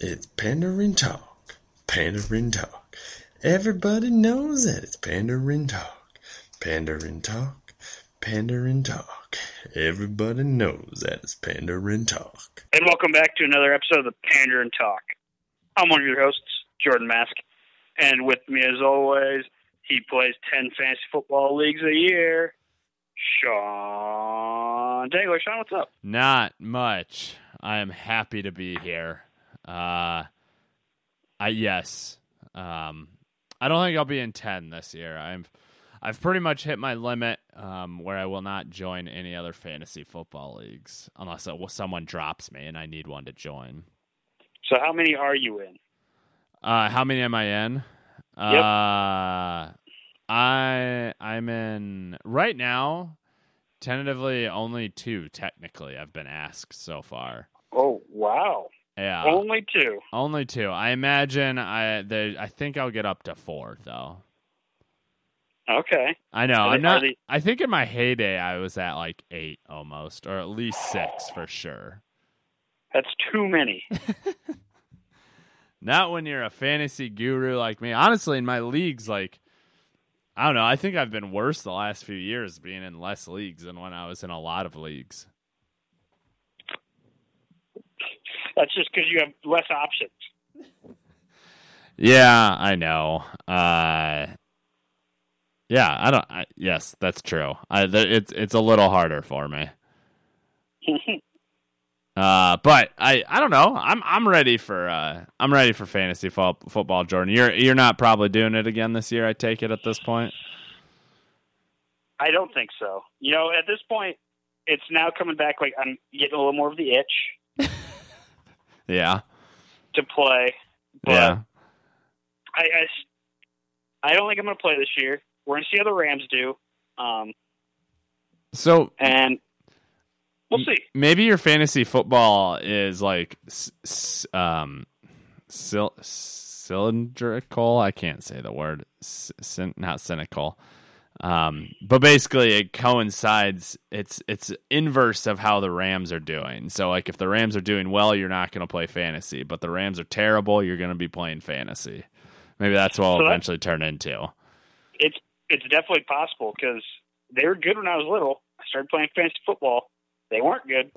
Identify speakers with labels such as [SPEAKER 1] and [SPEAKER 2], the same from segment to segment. [SPEAKER 1] It's pandarin talk, pandarin talk. Everybody knows that it's pandarin talk, pandarin talk, pandarin talk. Everybody knows that it's pandarin talk.
[SPEAKER 2] And welcome back to another episode of the Pander and Talk. I'm one of your hosts, Jordan Mask, and with me as always, he plays 10 fantasy football leagues a year, Sean Dangler. Sean, what's up?
[SPEAKER 3] Not much. I am happy to be here. Uh, I yes. Um, I don't think I'll be in ten this year. I'm, I've pretty much hit my limit. Um, where I will not join any other fantasy football leagues unless uh, well, someone drops me and I need one to join.
[SPEAKER 2] So, how many are you in?
[SPEAKER 3] Uh, how many am I in? Uh, I I'm in right now. Tentatively, only two. Technically, I've been asked so far.
[SPEAKER 2] Oh, wow.
[SPEAKER 3] Yeah,
[SPEAKER 2] Only two.
[SPEAKER 3] only two. I imagine I they, I think I'll get up to four though.
[SPEAKER 2] Okay.
[SPEAKER 3] I know.
[SPEAKER 2] Are they-
[SPEAKER 3] I'm not.
[SPEAKER 2] are they-
[SPEAKER 3] I think in my heyday, I was at like eight almost, or at least six for sure.
[SPEAKER 2] That's too many.
[SPEAKER 3] Not when you're a fantasy guru like me. Honestly, in my leagues, like I don't know. I think I've been worse the last few years, being in less leagues than when I was in a lot of leagues.
[SPEAKER 2] That's just because you have less options.
[SPEAKER 3] Yeah, I know. Uh, yeah, I don't. I, yes, that's true. I, th- it's it's a little harder for me. Uh, but I, I don't know. I'm I'm ready for uh I'm ready for fantasy fo- football, Jordan. You're you're not probably doing it again this year. I take it at this point.
[SPEAKER 2] I don't think so. You know, at this point, it's now coming back. Like I'm getting a little more of the itch
[SPEAKER 3] Yeah,
[SPEAKER 2] to play, but
[SPEAKER 3] yeah.
[SPEAKER 2] I, I s- I don't think I'm going to play this year. We're going to see how the Rams do, um,
[SPEAKER 3] So
[SPEAKER 2] and we'll
[SPEAKER 3] Mm.
[SPEAKER 2] see.
[SPEAKER 3] maybe your fantasy football is like s- s- um sil- cylindrical. I can't say the word. S- cyn- not cynical. Um, but basically, it coincides. It's it's inverse of how the Rams are doing. So, like, if the Rams are doing well, you're not going to play fantasy. But the Rams are terrible, you're going to be playing fantasy. Maybe that's what
[SPEAKER 2] So
[SPEAKER 3] I'll
[SPEAKER 2] that-
[SPEAKER 3] eventually turn into.
[SPEAKER 2] It's it's definitely possible because they were good when I was little. I started playing fantasy football. They weren't good.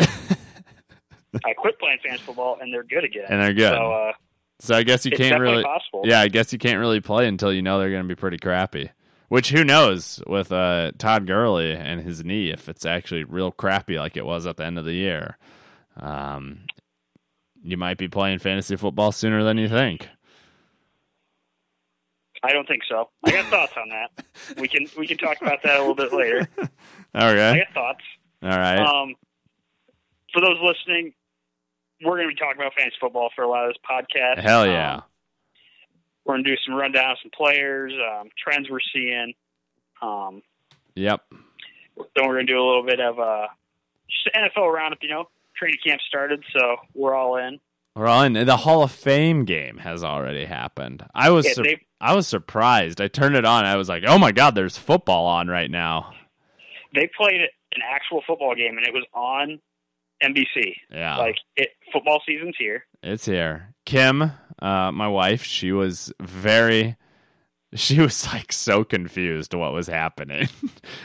[SPEAKER 2] I quit playing fantasy football, and they're good again.
[SPEAKER 3] And they're good.
[SPEAKER 2] So uh,
[SPEAKER 3] So I guess you
[SPEAKER 2] it's
[SPEAKER 3] can't
[SPEAKER 2] definitely
[SPEAKER 3] really.
[SPEAKER 2] possible.
[SPEAKER 3] Yeah, I guess you can't really play until you know they're going to be pretty crappy. Which who knows with uh, Todd Gurley and his knee if it's actually real crappy like it was at the end of the year. Um, you might be playing fantasy football sooner than you think.
[SPEAKER 2] I don't think so. I got thoughts on that. We can we can talk about that a little bit later. I
[SPEAKER 3] Okay,
[SPEAKER 2] got thoughts.
[SPEAKER 3] all right.
[SPEAKER 2] Um, for those listening, we're going to be talking about fantasy football for a lot of this podcast.
[SPEAKER 3] Hell yeah.
[SPEAKER 2] Um, we're going to do some rundown of some players, um, trends we're seeing. Um,
[SPEAKER 3] yep.
[SPEAKER 2] then we're going to do a little bit of uh, just an NFL roundup. You know, training camp started, so we're all in.
[SPEAKER 3] We're on the Hall of Fame game has already happened. I was
[SPEAKER 2] Yeah,
[SPEAKER 3] sur-
[SPEAKER 2] they-
[SPEAKER 3] I was surprised. I turned it on. I was like, "Oh my god, there's football on right now."
[SPEAKER 2] They played an actual football game, and it was on NBC.
[SPEAKER 3] Yeah.
[SPEAKER 2] Like it, football season's here.
[SPEAKER 3] It's here. Kim, uh, my wife, she was very, she was like so confused what was happening.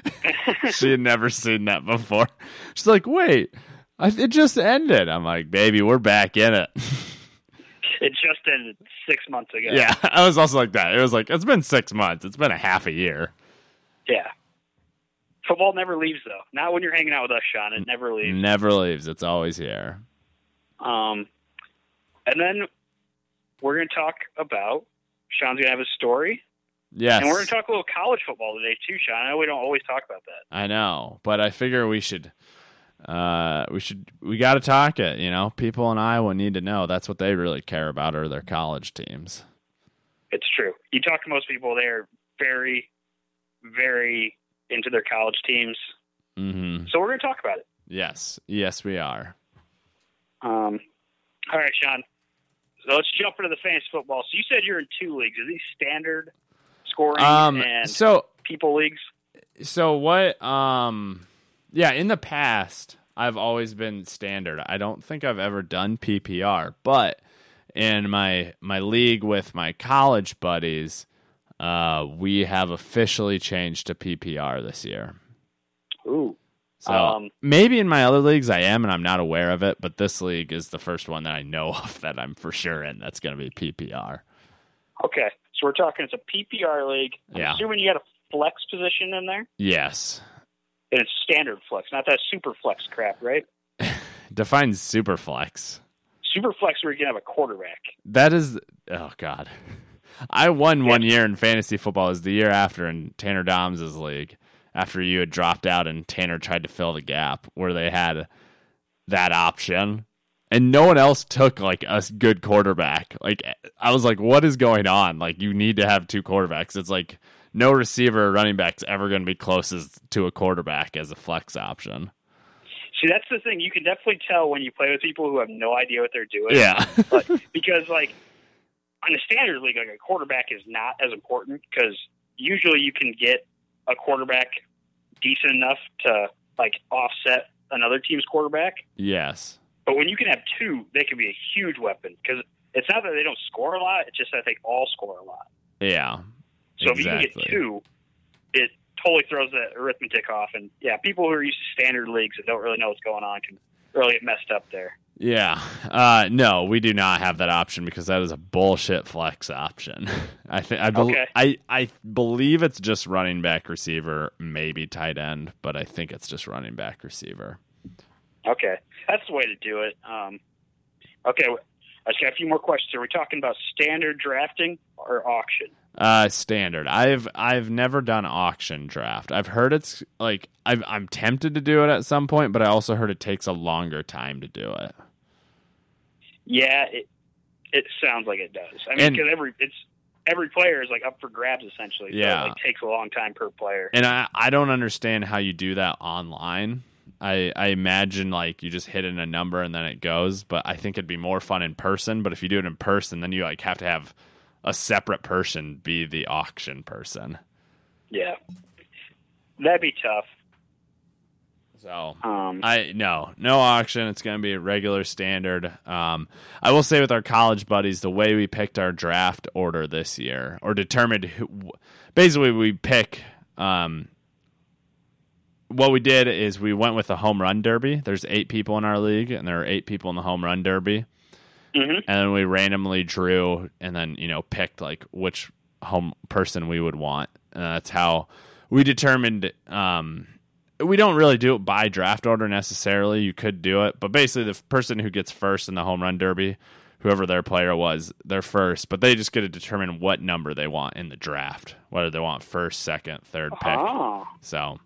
[SPEAKER 3] she had never seen that before. She's like, wait, I, it just ended. I'm like, baby, we're back in it.
[SPEAKER 2] It just ended six months ago.
[SPEAKER 3] Yeah. I was also like that. It was like, it's been six months, it's been a half a year.
[SPEAKER 2] Yeah. Football never leaves though. Not when you're hanging out with us, Sean. It never leaves.
[SPEAKER 3] Never leaves, it's always here. Mm-hmm.
[SPEAKER 2] Um, and then we're going to talk about Sean's going to have a story,
[SPEAKER 3] Yes.
[SPEAKER 2] and we're going to talk a little college football today too, Sean. I know we don't always talk about that.
[SPEAKER 3] I know, but I figure we should uh we should we got to talk it, you know. People in Iowa need to know that's what they really care about are their college teams.
[SPEAKER 2] It's true. You talk to most people; they're very, very into their college teams.
[SPEAKER 3] Mhm.
[SPEAKER 2] So we're going to talk about it.
[SPEAKER 3] Yes. Yes, we are.
[SPEAKER 2] Um, all right, Sean. So let's jump into the fantasy football. So you said you're in two leagues. Are these standard scoring
[SPEAKER 3] Um
[SPEAKER 2] and
[SPEAKER 3] so
[SPEAKER 2] people leagues?
[SPEAKER 3] so what um yeah, in the past I've always been standard. I don't think I've ever done PPR, but in my my league with my college buddies, uh, we have officially changed to PPR this year.
[SPEAKER 2] Ooh.
[SPEAKER 3] So
[SPEAKER 2] Um,
[SPEAKER 3] Oh. maybe in my other leagues I am, and I'm not aware of it. But this league is the first one that I know of that I'm for sure in. That's going to be PPR.
[SPEAKER 2] Okay. So we're talking it's a PPR league. I'm
[SPEAKER 3] Yeah.
[SPEAKER 2] assuming you got a flex position in there.
[SPEAKER 3] Yes.
[SPEAKER 2] And it's standard flex, not that super flex crap, right?
[SPEAKER 3] Define superflex.
[SPEAKER 2] Super flex where you can have a quarterback.
[SPEAKER 3] That is oh god. I won
[SPEAKER 2] Yeah.
[SPEAKER 3] one year in fantasy football. It was the year after in Tanner Doms' league, after you had dropped out and Tanner tried to fill the gap where they had that option. And no one else took like a s- good quarterback. Like I was like, what is going on? Like you need to have two quarterbacks. It's like no receiver or running back's ever going to be closest to a quarterback as a flex option.
[SPEAKER 2] See, that's the thing. You can definitely tell when you play with people who have no idea what they're doing.
[SPEAKER 3] Yeah.
[SPEAKER 2] but because like on the standard league, like a quarterback is not as important because usually you can get a quarterback decent enough to like offset another team's quarterback.
[SPEAKER 3] yes.
[SPEAKER 2] But when you can have two, they can be a huge weapon because it's not that they don't score a lot; it's just that they all score a lot.
[SPEAKER 3] Yeah.
[SPEAKER 2] So if you
[SPEAKER 3] Exactly.
[SPEAKER 2] can get two, it totally throws that arithmetic off. And yeah, people who are used to standard leagues and don't really know what's going on can really get messed up there.
[SPEAKER 3] Yeah. Uh, no, we do not have that option because that is a bullshit flex option. I think I, bel
[SPEAKER 2] Okay.
[SPEAKER 3] I I believe it's just running back receiver, maybe tight end, but I think it's just running back receiver.
[SPEAKER 2] Okay, that's the way to do it. Um, okay, I just got a few more questions. Are we talking about standard drafting or auction?
[SPEAKER 3] Uh, standard. I've I've never done auction draft. I've heard it's like I've, I'm tempted to do it at some point, but I also heard it takes a longer time to do it.
[SPEAKER 2] Yeah, it it sounds like it does. I mean,
[SPEAKER 3] And-
[SPEAKER 2] because every it's every player is like up for grabs essentially. so it,
[SPEAKER 3] Yeah.
[SPEAKER 2] like, takes a long time per player.
[SPEAKER 3] And I, I don't understand how you do that online. I, I imagine like you just hit in a number and then it goes, but I think it'd be more fun in person. But if you do it in person, then you like have to have a separate person be the auction person.
[SPEAKER 2] Yeah, that'd be tough.
[SPEAKER 3] So
[SPEAKER 2] Um,
[SPEAKER 3] I no no auction. It's going to be a regular standard. Um, I will say with our college buddies, the way we picked our draft order this year, or determined who, basically we pick. Um, what we did is we went with the home run derby. There's eight people in our league, and there are eight people in the home run derby.
[SPEAKER 2] Mhm.
[SPEAKER 3] And then we randomly drew, and then you know picked like which home person we would want. And that's how we determined. Um, we don't really do it by draft order necessarily. You could do it, but basically, the f- person who gets first in the home run derby, whoever their player was, they're first. But they just get to determine what number they want in the draft, whether they want first, second, third pick.
[SPEAKER 2] Oh,
[SPEAKER 3] So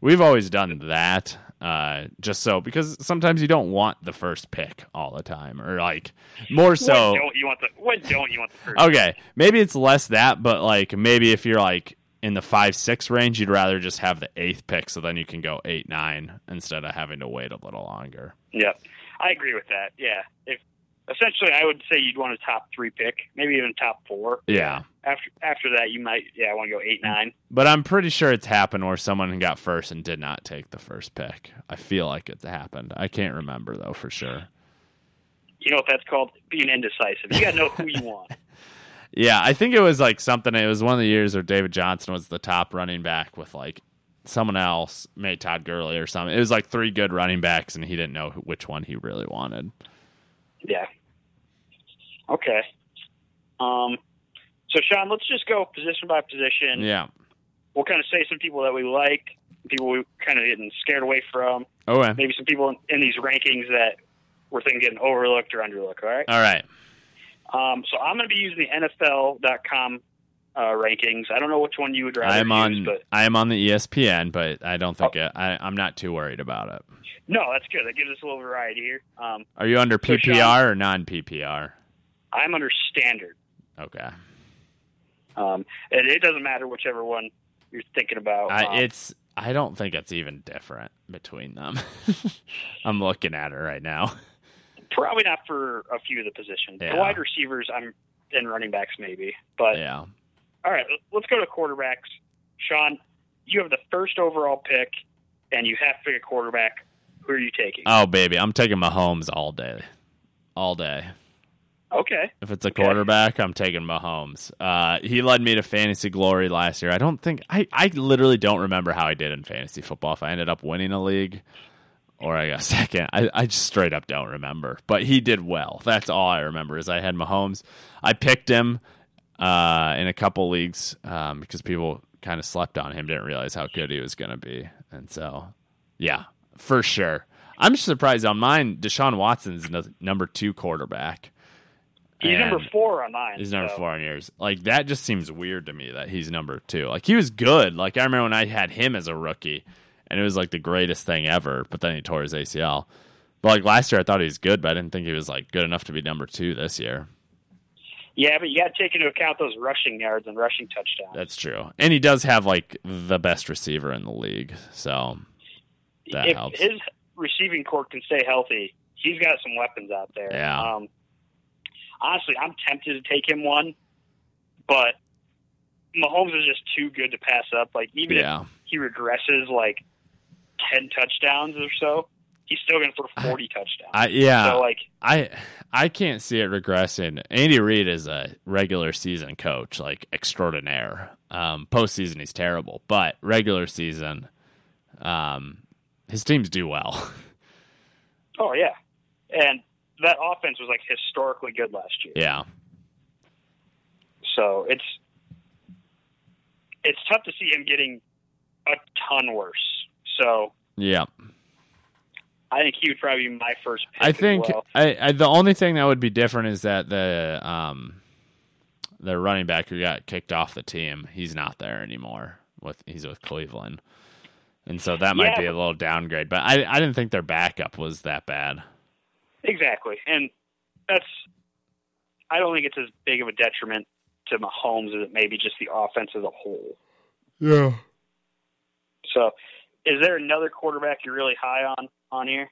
[SPEAKER 3] we've always done that. Uh, just so because sometimes you don't want the first pick all the time, or like more so.
[SPEAKER 2] what don't you want the what don't you want the first?
[SPEAKER 3] Okay, maybe it's less that, but like maybe if you're like in the five six range, you'd rather just have the eighth pick, so then you can go eight nine instead of having to wait a little longer.
[SPEAKER 2] Yeah, I agree with that. Yeah, if essentially, I would say you'd want a top three pick, maybe even top four.
[SPEAKER 3] Yeah,
[SPEAKER 2] After after that, you might yeah want to go eight nine.
[SPEAKER 3] but I'm pretty sure it's happened where someone got first and did not take the first pick. I feel like it's happened. I can't remember though for sure.
[SPEAKER 2] You know what that's called? Being indecisive. You got to know who you want.
[SPEAKER 3] Yeah, I think it was like something. It was one of the years where David Johnson was the top running back with like someone else, maybe Todd Gurley or something. It was like three good running backs, and he didn't know who- which one he really wanted.
[SPEAKER 2] Yeah. Okay. Um. So Sean, let's just go position by position.
[SPEAKER 3] Yeah.
[SPEAKER 2] We'll kind of say some people that we like, people we kind of getting scared away from,
[SPEAKER 3] Okay.
[SPEAKER 2] maybe some people in, in these rankings that we're thinking getting overlooked or underlooked. All right.
[SPEAKER 3] All right.
[SPEAKER 2] Um, so I'm going to be using the NFL.com uh, rankings. I don't know which one you would rather
[SPEAKER 3] I'm on.
[SPEAKER 2] use, but
[SPEAKER 3] I am on the E ESPN, but I don't think it, I, I'm not too worried about it.
[SPEAKER 2] no, that's good. That gives us a little variety here. Um,
[SPEAKER 3] Are you under
[SPEAKER 2] So, Sean-
[SPEAKER 3] PPR or non PPR?
[SPEAKER 2] I'm under standard.
[SPEAKER 3] Okay.
[SPEAKER 2] Um, and it doesn't matter whichever one you're thinking about. Um,
[SPEAKER 3] I, it's. I don't think it's even different between them. I'm looking at it right now.
[SPEAKER 2] probably not for a few of the positions.
[SPEAKER 3] Yeah.
[SPEAKER 2] The wide receivers, I'm and running backs maybe. But
[SPEAKER 3] Yeah.
[SPEAKER 2] all right, let's go to quarterbacks. Sean, you have the first overall pick, and you have to pick a
[SPEAKER 3] Uh,
[SPEAKER 2] quarterback. Who are you taking?
[SPEAKER 3] Oh baby, I'm taking Mahomes all day, all day.
[SPEAKER 2] Okay.
[SPEAKER 3] If it's a
[SPEAKER 2] Okay.
[SPEAKER 3] quarterback, I'm taking Mahomes. Uh, he led me to fantasy glory last year. I don't think I, I literally don't remember how I did in fantasy football. If I ended up winning a league or I got second, I, I just straight up don't remember. But he did well. That's all I remember is I had Mahomes. I picked him uh, in a couple leagues um, because people kind of slept on him, didn't realize how good he was going to be, and so yeah, for sure. I'm surprised on mine. Deshaun Watson's no, number two quarterback.
[SPEAKER 2] He's number
[SPEAKER 3] And-
[SPEAKER 2] four on mine.
[SPEAKER 3] He's number
[SPEAKER 2] so-
[SPEAKER 3] four on yours. Like that just seems weird to me that he's number two. Like he was good. Like I remember when I had him as a rookie, and it was like the greatest thing ever. But then he tore his ACL. But like last year, I thought he was good, but I didn't think he was like good enough to be number two this year.
[SPEAKER 2] Yeah, but you got to take into account those rushing yards and rushing touchdowns.
[SPEAKER 3] That's true. And he does have like the best receiver in the league. So that
[SPEAKER 2] if
[SPEAKER 3] helps.
[SPEAKER 2] his receiving core can stay healthy, he's got some weapons out there.
[SPEAKER 3] Yeah.
[SPEAKER 2] Um, honestly, I'm tempted to take him one, but Mahomes is just too good to pass up. Like even if
[SPEAKER 3] yeah,
[SPEAKER 2] he regresses like ten touchdowns or so, he's still going to throw forty touchdowns.
[SPEAKER 3] I yeah.
[SPEAKER 2] So like,
[SPEAKER 3] I I can't see it regressing. Andy Reid is a regular season coach, like extraordinaire. Um, postseason he's terrible, but regular season, um, his teams do well.
[SPEAKER 2] oh yeah, and that offense was like historically good last year.
[SPEAKER 3] yeah,
[SPEAKER 2] So it's it's tough to see him getting a ton worse. So
[SPEAKER 3] yeah.
[SPEAKER 2] I think he would probably be my first pick.
[SPEAKER 3] I
[SPEAKER 2] as
[SPEAKER 3] think
[SPEAKER 2] well.
[SPEAKER 3] I, I the only thing that would be different is that the um the running back who got kicked off the team, he's not there anymore. With he's with Cleveland, and so that might
[SPEAKER 2] Yeah,
[SPEAKER 3] be a little downgrade. But I I didn't think their backup was that bad.
[SPEAKER 2] exactly, and that's I don't think it's as big of a detriment to Mahomes as it may be just the offense as a whole.
[SPEAKER 3] Yeah.
[SPEAKER 2] So, is there another quarterback you're really high on on here?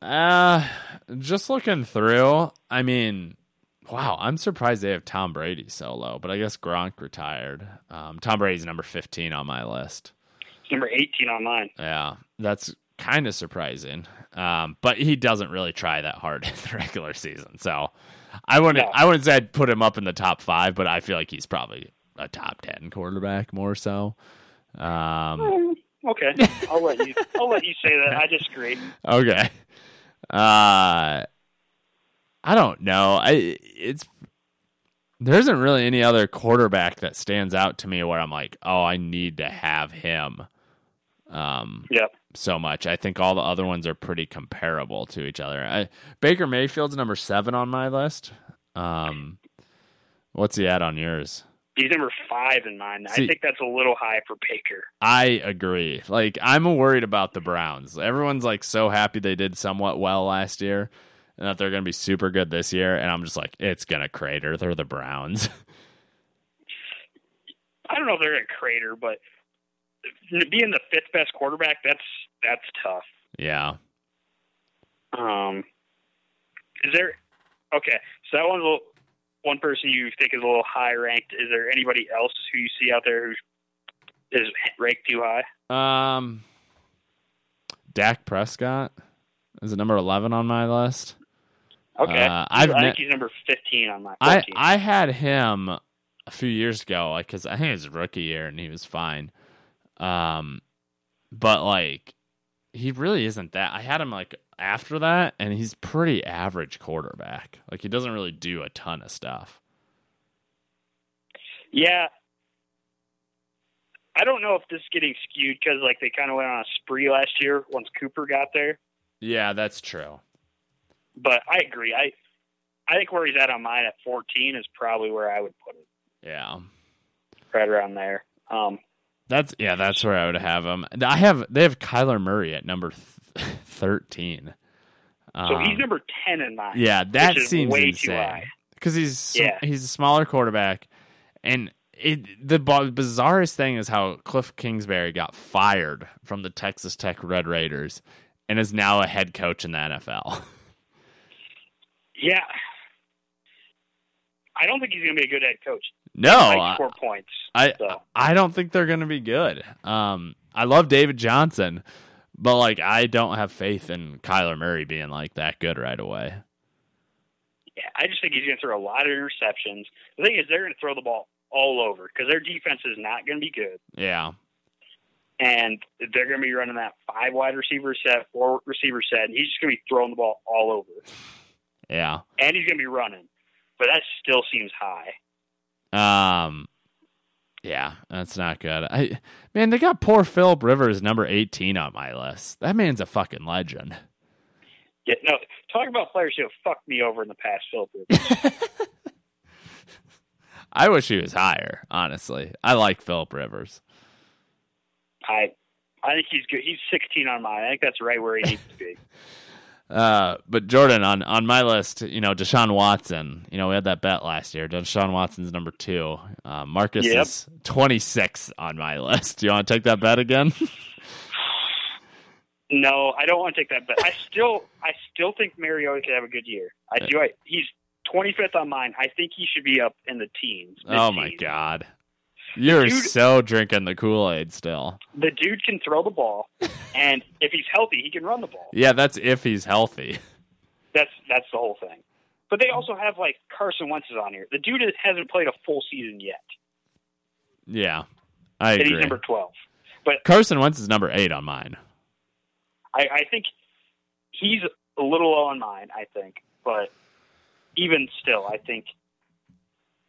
[SPEAKER 3] Uh just looking through, I mean, wow, I'm surprised they have Tom Brady so low, but I guess Gronk retired. Um, Tom Brady's number 15 on my list.
[SPEAKER 2] It's number 18 on mine.
[SPEAKER 3] Yeah, that's kind of surprising. Um, but he doesn't really try that hard in the regular season, so I wouldn't.
[SPEAKER 2] No.
[SPEAKER 3] I wouldn't say I'd put him up in the top five, but I feel like he's probably a top 10 quarterback more so. Um,
[SPEAKER 2] Mm, Okay, I'll let you. I'll let you say that. I disagree.
[SPEAKER 3] okay. Uh I don't know. I it's there isn't really any other quarterback that stands out to me where I'm like, "Oh, I need to have him." Um
[SPEAKER 2] Yep.
[SPEAKER 3] so much. I think all the other ones are pretty comparable to each other. I, Baker Mayfield's number 7 on my list. Um what's he at on yours?
[SPEAKER 2] He's number five in mine.
[SPEAKER 3] See-
[SPEAKER 2] I think that's a little high for Baker.
[SPEAKER 3] I agree. Like I'm worried about the Browns. Everyone's like so happy they did somewhat well last year and that they're going to be super good this year and I'm just like it's going to crater. They're the Browns.
[SPEAKER 2] I don't know if they're going to crater, but being the fifth best quarterback, that's that's tough.
[SPEAKER 3] yeah.
[SPEAKER 2] Um, is there okay? So that one's a little, one person you think is a little high ranked. Is there anybody else who you see out there who is ranked too high?
[SPEAKER 3] Um Dak Prescott is at number 11 on my list.
[SPEAKER 2] Okay,
[SPEAKER 3] Uh, I've
[SPEAKER 2] I
[SPEAKER 3] ne-
[SPEAKER 2] think he's number fifteen on my.
[SPEAKER 3] I
[SPEAKER 2] 14.
[SPEAKER 3] I had him a few years ago, like because I think it was rookie year and he was fine. Um, but like he really isn't that. I had him like after that, and he's pretty average quarterback. Like he doesn't really do a ton of stuff.
[SPEAKER 2] yeah. I don't know if this is getting skewed because like they kind of went on a spree last year once Cooper got there.
[SPEAKER 3] Yeah, that's true.
[SPEAKER 2] But I agree. I I think where he's at on mine at 14 is probably where I would put him,
[SPEAKER 3] Yeah.
[SPEAKER 2] right around there. Um,
[SPEAKER 3] That's yeah, that's where I would have him. I have they have Kyler Murray at number th- thirteen.
[SPEAKER 2] so
[SPEAKER 3] Um,
[SPEAKER 2] he's number 10 in mine.
[SPEAKER 3] Yeah, that
[SPEAKER 2] is
[SPEAKER 3] seems
[SPEAKER 2] way too
[SPEAKER 3] insane.
[SPEAKER 2] high.
[SPEAKER 3] Because he's sm-
[SPEAKER 2] Yeah.
[SPEAKER 3] he's a smaller quarterback, and it the b- bizarrest thing is how Cliff Kingsbury got fired from the Texas Tech Red Raiders, and is now a head coach in the NFL.
[SPEAKER 2] Yeah. I don't think he's going to be a good head coach.
[SPEAKER 3] no,
[SPEAKER 2] Mike
[SPEAKER 3] Oh, I,
[SPEAKER 2] scored points.
[SPEAKER 3] I
[SPEAKER 2] So
[SPEAKER 3] I don't think they're going to be good. Um, I love David Johnson, but like I don't have faith in Kyler Murray being like that good right away.
[SPEAKER 2] I just think he's going to throw a lot of interceptions. The thing is, they're going to throw the ball all over because their defense is not going to be good,
[SPEAKER 3] Yeah.
[SPEAKER 2] and they're going to be running that five wide receiver set, four receiver set, and he's just going to be throwing the ball all over,
[SPEAKER 3] Yeah.
[SPEAKER 2] and he's going to be running. But that still seems high.
[SPEAKER 3] Um, yeah, that's not good. I man, they got poor Philip Rivers number eighteen on my list. That man's a fucking legend.
[SPEAKER 2] Yeah, no, talk about players who have fucked me over in the past, Philip. Rivers.
[SPEAKER 3] I wish he was higher. Honestly, I like Philip Rivers.
[SPEAKER 2] I, I think he's good. He's 16 on mine. I think that's right where he needs to be.
[SPEAKER 3] Uh, but Jordan on on my list, you know, Deshaun Watson. You know, we had that bet last year. Deshaun Watson's number two. Uh, Marcus
[SPEAKER 2] Yep.
[SPEAKER 3] is twenty six on my list. Do you want to take that bet again?
[SPEAKER 2] No, I don't want to take that bet. I still, I still think Mariota could have a good year. I do. I, he's 25th on mine. I think he should be up in the teens.
[SPEAKER 3] oh my
[SPEAKER 2] mid-teens.
[SPEAKER 3] god, you're
[SPEAKER 2] Dude-
[SPEAKER 3] so drinking the Kool Aid still.
[SPEAKER 2] The dude can throw the ball, and if he's healthy, he can run the ball.
[SPEAKER 3] Yeah, that's if he's healthy.
[SPEAKER 2] That's that's the whole thing. But they also have like Carson Wentz is on here. The dude hasn't played a full season yet,
[SPEAKER 3] Yeah, I
[SPEAKER 2] and
[SPEAKER 3] agree.
[SPEAKER 2] he's number 12. But
[SPEAKER 3] Carson Wentz is number eight on mine.
[SPEAKER 2] I, I think he's a little low on mine. I think, but even still, I think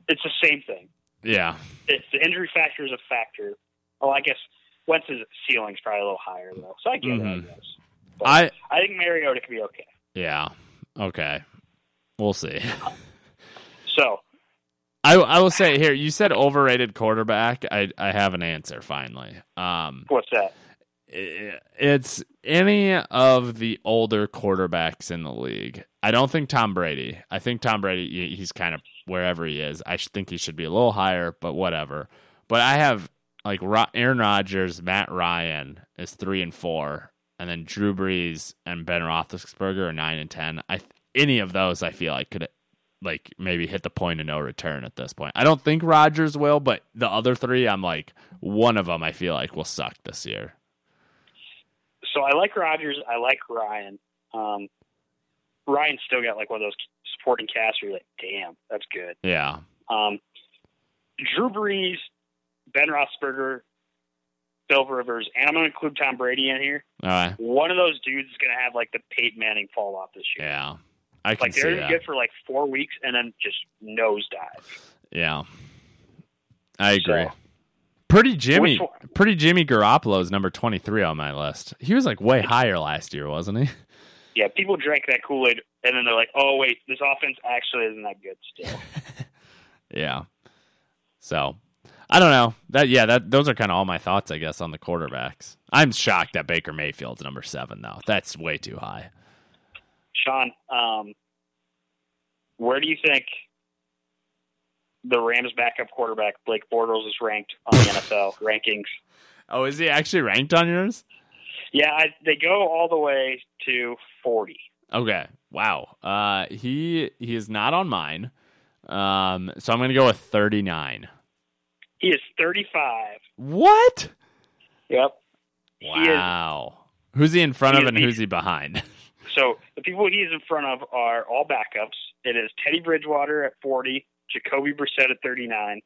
[SPEAKER 2] it's the same thing.
[SPEAKER 3] Yeah,
[SPEAKER 2] it's the injury factor is a factor. Well, I guess Wentz's ceiling's probably a little higher though, so I get it. I
[SPEAKER 3] Mhm.
[SPEAKER 2] guess.
[SPEAKER 3] I
[SPEAKER 2] I think Mariota could be okay.
[SPEAKER 3] yeah okay. We'll see.
[SPEAKER 2] So
[SPEAKER 3] I I will say here. You said overrated quarterback. I I have an answer finally. Um,
[SPEAKER 2] what's that?
[SPEAKER 3] i- it's any of the older quarterbacks in the league. I don't think Tom Brady. I think Tom Brady. he- He's kind of wherever he is. I should think he should be a little higher, but whatever. But I have like Ro- Aaron Rodgers, Matt Ryan is three and four, and then Drew Brees and Ben Roethlisberger are nine and ten. I any of those I feel like could like maybe hit the point of no return at this point. I don't think Rodgers will, but the other three, I'm like one of them. I feel like will suck this year.
[SPEAKER 2] So I like Rogers. I like Ryan. Um, Ryan's still got like one of those supporting casts where you're like, damn, that's good.
[SPEAKER 3] Yeah,
[SPEAKER 2] Um, Drew Brees, Ben Roethlisberger, Phil Rivers, and I'm going to include Tom Brady in here.
[SPEAKER 3] all right,
[SPEAKER 2] One of those dudes is going to have like the Peyton Manning fall off this year.
[SPEAKER 3] yeah, I can
[SPEAKER 2] like
[SPEAKER 3] see
[SPEAKER 2] they're gonna
[SPEAKER 3] that.
[SPEAKER 2] be good for like four weeks and then just nosedive.
[SPEAKER 3] Yeah, I agree.
[SPEAKER 2] So-
[SPEAKER 3] Pretty Jimmy,
[SPEAKER 2] Which one?
[SPEAKER 3] pretty Jimmy Garoppolo is number twenty three on my list. He was like way higher last year, wasn't he?
[SPEAKER 2] Yeah, people drank that Kool Aid and then they're like, "Oh wait, this offense actually isn't that good still."
[SPEAKER 3] Yeah. So I don't know. That yeah, that those are kind of all my thoughts, I guess, on the quarterbacks. I'm shocked that Baker Mayfield's number seven though. That's way too high.
[SPEAKER 2] Sean, um, where do you think the Rams' backup quarterback Blake Bortles is ranked on the NFL rankings?
[SPEAKER 3] Oh, is he actually ranked on yours?
[SPEAKER 2] Yeah, I, they go all the way to forty.
[SPEAKER 3] Okay. Wow. Uh he he is not on mine. Um so I'm gonna go with thirty nine.
[SPEAKER 2] He is thirty-five.
[SPEAKER 3] What?
[SPEAKER 2] Yep. He is-
[SPEAKER 3] Wow. Who's he in front
[SPEAKER 2] He
[SPEAKER 3] of
[SPEAKER 2] is
[SPEAKER 3] and
[SPEAKER 2] the-
[SPEAKER 3] who's he behind?
[SPEAKER 2] So the people he is in front of are all backups. It is Teddy Bridgewater at 40, Jacoby Brissett at 39,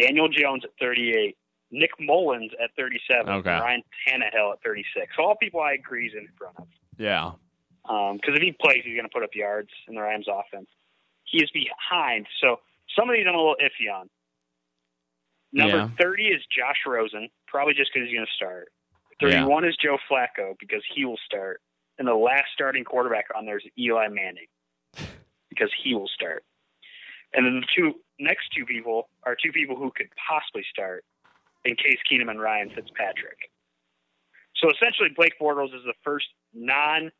[SPEAKER 2] Daniel Jones at 38, Nick Mullins at 37,
[SPEAKER 3] Okay.
[SPEAKER 2] Ryan Tannehill at 36. So all people I agree is in front of.
[SPEAKER 3] yeah.
[SPEAKER 2] Because Um, if he plays, he's going to put up yards in the Rams offense. He is behind. So some of these I'm a little iffy on. Number
[SPEAKER 3] Yeah.
[SPEAKER 2] 30 is Josh Rosen, probably just because he's going to start. 31 is Joe Flacco because he will start. And the last starting quarterback on there is Eli Manning because he will start. And then the two next two people are two people who could possibly start in Case Keenum and Ryan Fitzpatrick. So essentially, Blake Bortles is the first non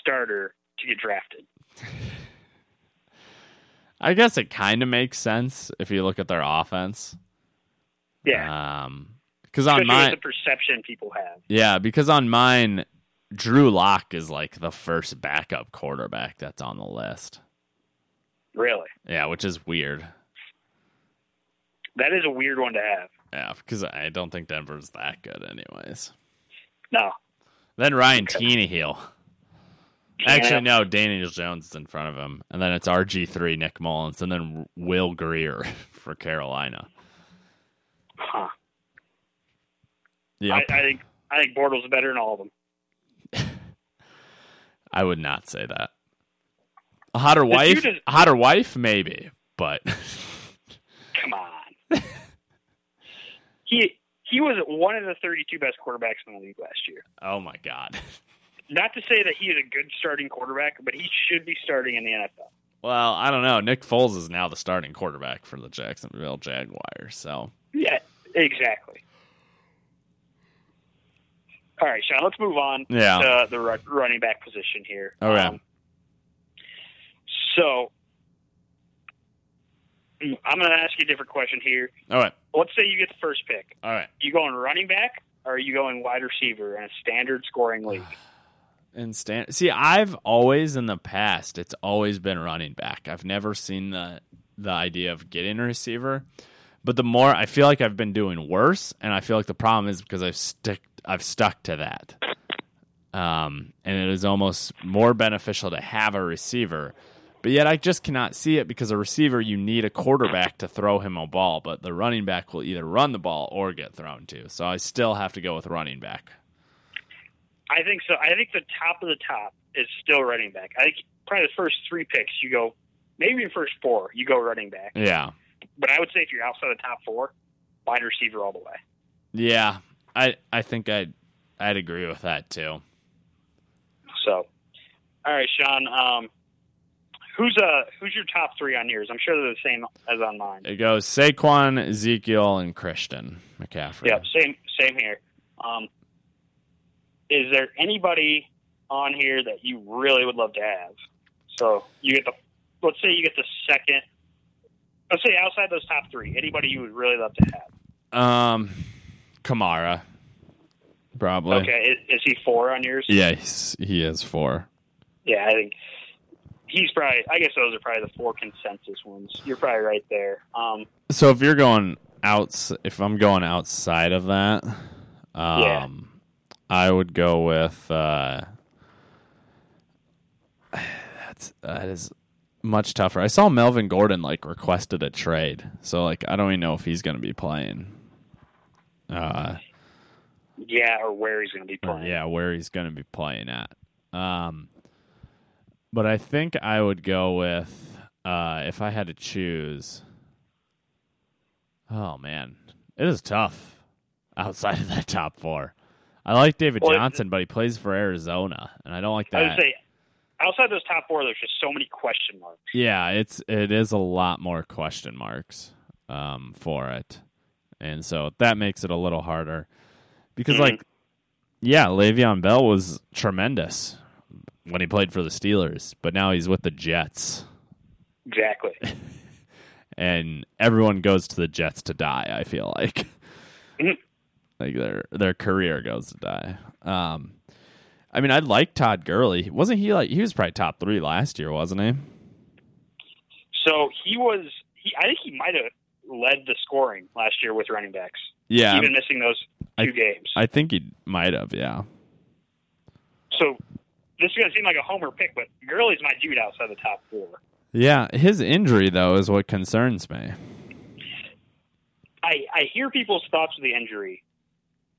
[SPEAKER 2] starter to get drafted.
[SPEAKER 3] I guess it kinda makes sense if you look at their offense.
[SPEAKER 2] Yeah.
[SPEAKER 3] Um because on
[SPEAKER 2] Especially
[SPEAKER 3] my
[SPEAKER 2] with the perception people have.
[SPEAKER 3] Yeah, because on mine, Drew Lock is like the first backup quarterback that's on the list.
[SPEAKER 2] Really.
[SPEAKER 3] Yeah, which is weird.
[SPEAKER 2] That is a weird one to have.
[SPEAKER 3] Yeah, because I don't think Denver's that good, anyways.
[SPEAKER 2] No.
[SPEAKER 3] Then Ryan
[SPEAKER 2] Okay.
[SPEAKER 3] Tannehill.
[SPEAKER 2] Canna.
[SPEAKER 3] Actually, no. Daniel Jones is in front of him, and then it's RG three, Nick Mullins, and then Will Greer for Carolina.
[SPEAKER 2] Huh.
[SPEAKER 3] Yep.
[SPEAKER 2] I, I think I think Bortles is better than all of them.
[SPEAKER 3] I would not say that. A hotter
[SPEAKER 2] The
[SPEAKER 3] wife,
[SPEAKER 2] dude is-
[SPEAKER 3] a hotter wife, maybe, but
[SPEAKER 2] Come on. he he was one of the 32 best quarterbacks in the league last year.
[SPEAKER 3] oh my god.
[SPEAKER 2] Not to say that he is a good starting quarterback, but he should be starting in the NFL.
[SPEAKER 3] Well, I don't know. Nick Foles is now the starting quarterback for the Jacksonville Jaguars, so
[SPEAKER 2] Yeah, exactly. All right, Sean. Let's move on
[SPEAKER 3] Yeah.
[SPEAKER 2] to the ru- running back position here.
[SPEAKER 3] Okay.
[SPEAKER 2] so mm, I'm going to ask you a different question here.
[SPEAKER 3] all right,
[SPEAKER 2] Let's say you get the first pick.
[SPEAKER 3] all right.
[SPEAKER 2] You going running back, or are you going wide receiver in a standard scoring league?
[SPEAKER 3] And stand. See, I've always in the past, it's always been running back. I've never seen the the idea of getting a receiver. But the more I feel like I've been doing worse, and I feel like the problem is because I've stick I've stuck to that. Um, and it is almost more beneficial to have a receiver. But yet I just cannot see it because a receiver you need a quarterback to throw him a ball, but the running back will either run the ball or get thrown to. So I still have to go with running back.
[SPEAKER 2] I think so. I think the top of the top is still running back. I think probably the first three picks you go, maybe the first four you go running back.
[SPEAKER 3] Yeah.
[SPEAKER 2] But I would say if you're outside the top four, wide receiver all the way.
[SPEAKER 3] Yeah, I I think I'd I'd agree with that too.
[SPEAKER 2] So, all right, Sean. Um, who's uh who's your top three on yours? I'm sure they're the same as on mine.
[SPEAKER 3] It goes Saquon, Ezekiel, and Christian McCaffrey.
[SPEAKER 2] Yep, same same here. Um, is there anybody on here that you really would love to have? So you get the let's say you get the second. Let's say outside those top three, anybody you would really love to have?
[SPEAKER 3] Um, Kamara, probably.
[SPEAKER 2] Okay, is, is he four on yours?
[SPEAKER 3] Yeah, he's, he is four.
[SPEAKER 2] Yeah, I think he's probably. I guess those are probably the four consensus ones. You're probably right there. Um,
[SPEAKER 3] So if you're going outs, if I'm going outside of that, um,
[SPEAKER 2] Yeah.
[SPEAKER 3] I would go with uh, that's that is much tougher. I saw Melvin Gordon like requested a trade, so like I don't even know if he's going to be playing. Uh,
[SPEAKER 2] yeah, or where he's going to be
[SPEAKER 3] or,
[SPEAKER 2] playing.
[SPEAKER 3] Oh, yeah, where he's going to be playing at. Um, but I think I would go with uh, if I had to choose. Oh man, it is tough outside of that top four. I like David
[SPEAKER 2] Well, it-
[SPEAKER 3] Johnson, but he plays for Arizona, and I don't like
[SPEAKER 2] I would
[SPEAKER 3] that.
[SPEAKER 2] say outside those top four, there's just so many question marks.
[SPEAKER 3] yeah, it's it is a lot more question marks um, for it, and so that makes it a little harder because
[SPEAKER 2] Mhm.
[SPEAKER 3] like yeah, Le'Veon Bell was tremendous when he played for the Steelers, but now he's with the Jets.
[SPEAKER 2] Exactly.
[SPEAKER 3] and everyone goes to the Jets to die. I feel like,
[SPEAKER 2] Mhm.
[SPEAKER 3] like their their career goes to die. Um, I mean, I like Todd Gurley. Wasn't he like he was probably top three last year, wasn't he?
[SPEAKER 2] So he was. He, I think he might have led the scoring last year with running backs,
[SPEAKER 3] Yeah,
[SPEAKER 2] even missing those
[SPEAKER 3] I-
[SPEAKER 2] two games.
[SPEAKER 3] I think he might have. Yeah,
[SPEAKER 2] so this is going to seem like a homer pick, but Gurley's my dude outside the top four.
[SPEAKER 3] yeah. His injury though is what concerns me.
[SPEAKER 2] I, I hear people's thoughts of the injury.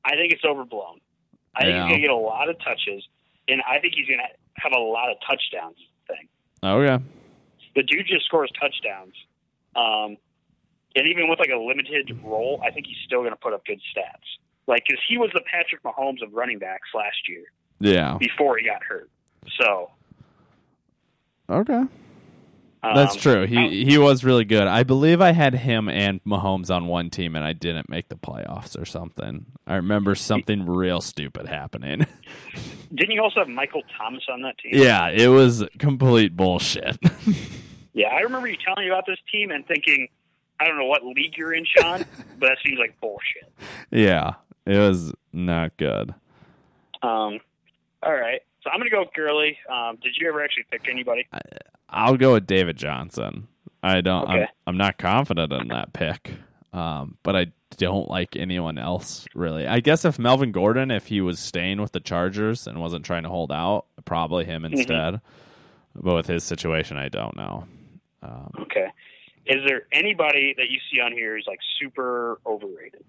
[SPEAKER 2] I think it's overblown. I think
[SPEAKER 3] Yeah.
[SPEAKER 2] he's going to get a lot of touches, and I think he's going to have a lot of touchdowns. Thing
[SPEAKER 3] Okay,
[SPEAKER 2] the dude just scores touchdowns, um, and even with like a limited role, I think he's still going to put up good stats. Like because he was the Patrick Mahomes of running backs last year
[SPEAKER 3] yeah,
[SPEAKER 2] before he got hurt. So
[SPEAKER 3] okay.
[SPEAKER 2] um,
[SPEAKER 3] That's true.
[SPEAKER 2] I-
[SPEAKER 3] He he was really good. I believe I had him and Mahomes on one team, and I didn't make the playoffs or something. I remember something real stupid happening.
[SPEAKER 2] didn't you also have Michael Thomas on that team?
[SPEAKER 3] yeah, it was complete bullshit.
[SPEAKER 2] Yeah, I remember you telling me about this team and thinking, I don't know what league you're in, Sean, but that seems like bullshit.
[SPEAKER 3] yeah, it was not good.
[SPEAKER 2] Um, all right. So I'm going to go with Gurley. Um, did you ever actually pick anybody?
[SPEAKER 3] I'll go with David Johnson. I don't. I'm,
[SPEAKER 2] Okay.
[SPEAKER 3] I'm not confident in that pick, um, but I don't like anyone else really. I guess if Melvin Gordon, if he was staying with the Chargers and wasn't trying to hold out, I probably him instead. But with his situation, I don't know. Um,
[SPEAKER 2] Okay. Is there anybody that you see on here who's like super overrated?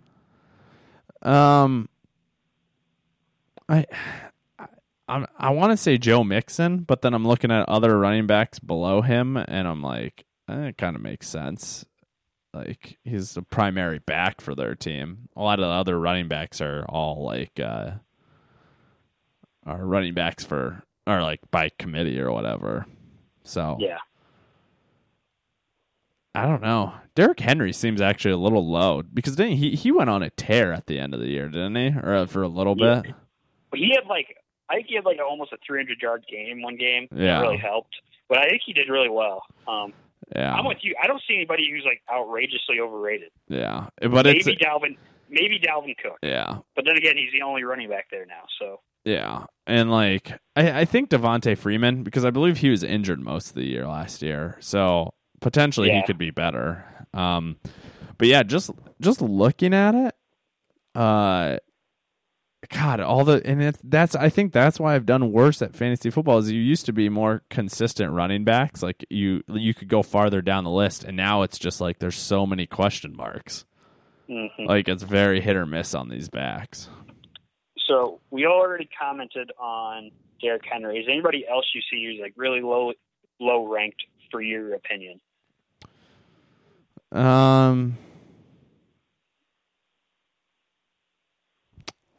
[SPEAKER 3] Um, I, I, I'm- I want to say Joe Mixon, but then I'm looking at other running backs below him, and I'm like, eh, it kind of makes sense. Like he's the primary back for their team. A lot of the other running backs are all like, uh, are running backs for or like by committee or whatever. So
[SPEAKER 2] Yeah.
[SPEAKER 3] I don't know. Derrick Henry seems actually a little low because didn't he he went on a tear at the end of the year, didn't he? Or for a little
[SPEAKER 2] Yeah.
[SPEAKER 3] bit.
[SPEAKER 2] But he had like I think he had like almost a 300 yard game one game.
[SPEAKER 3] Yeah.
[SPEAKER 2] It really helped. But I think he did really well. Um,
[SPEAKER 3] Yeah.
[SPEAKER 2] I'm with you. I don't see anybody who's like outrageously overrated.
[SPEAKER 3] Yeah. But it's
[SPEAKER 2] maybe Dalvin, maybe Dalvin Cook.
[SPEAKER 3] yeah.
[SPEAKER 2] But then again, he's the only running back there now. So
[SPEAKER 3] Yeah. And like I, I think Devontae Freeman, because I believe he was injured most of the year last year. So potentially he
[SPEAKER 2] Yeah.
[SPEAKER 3] could be better. Um but yeah, just just looking at it, uh God, all the and it's that's I think that's why I've done worse at fantasy football is you used to be more consistent running backs. Like you you could go farther down the list and now it's just like there's so many question marks.
[SPEAKER 2] mhm.
[SPEAKER 3] Like it's very hit or miss on these backs.
[SPEAKER 2] so we already commented on Derrick Henry. Is anybody else you see who's like really low low ranked for your opinion?
[SPEAKER 3] Um,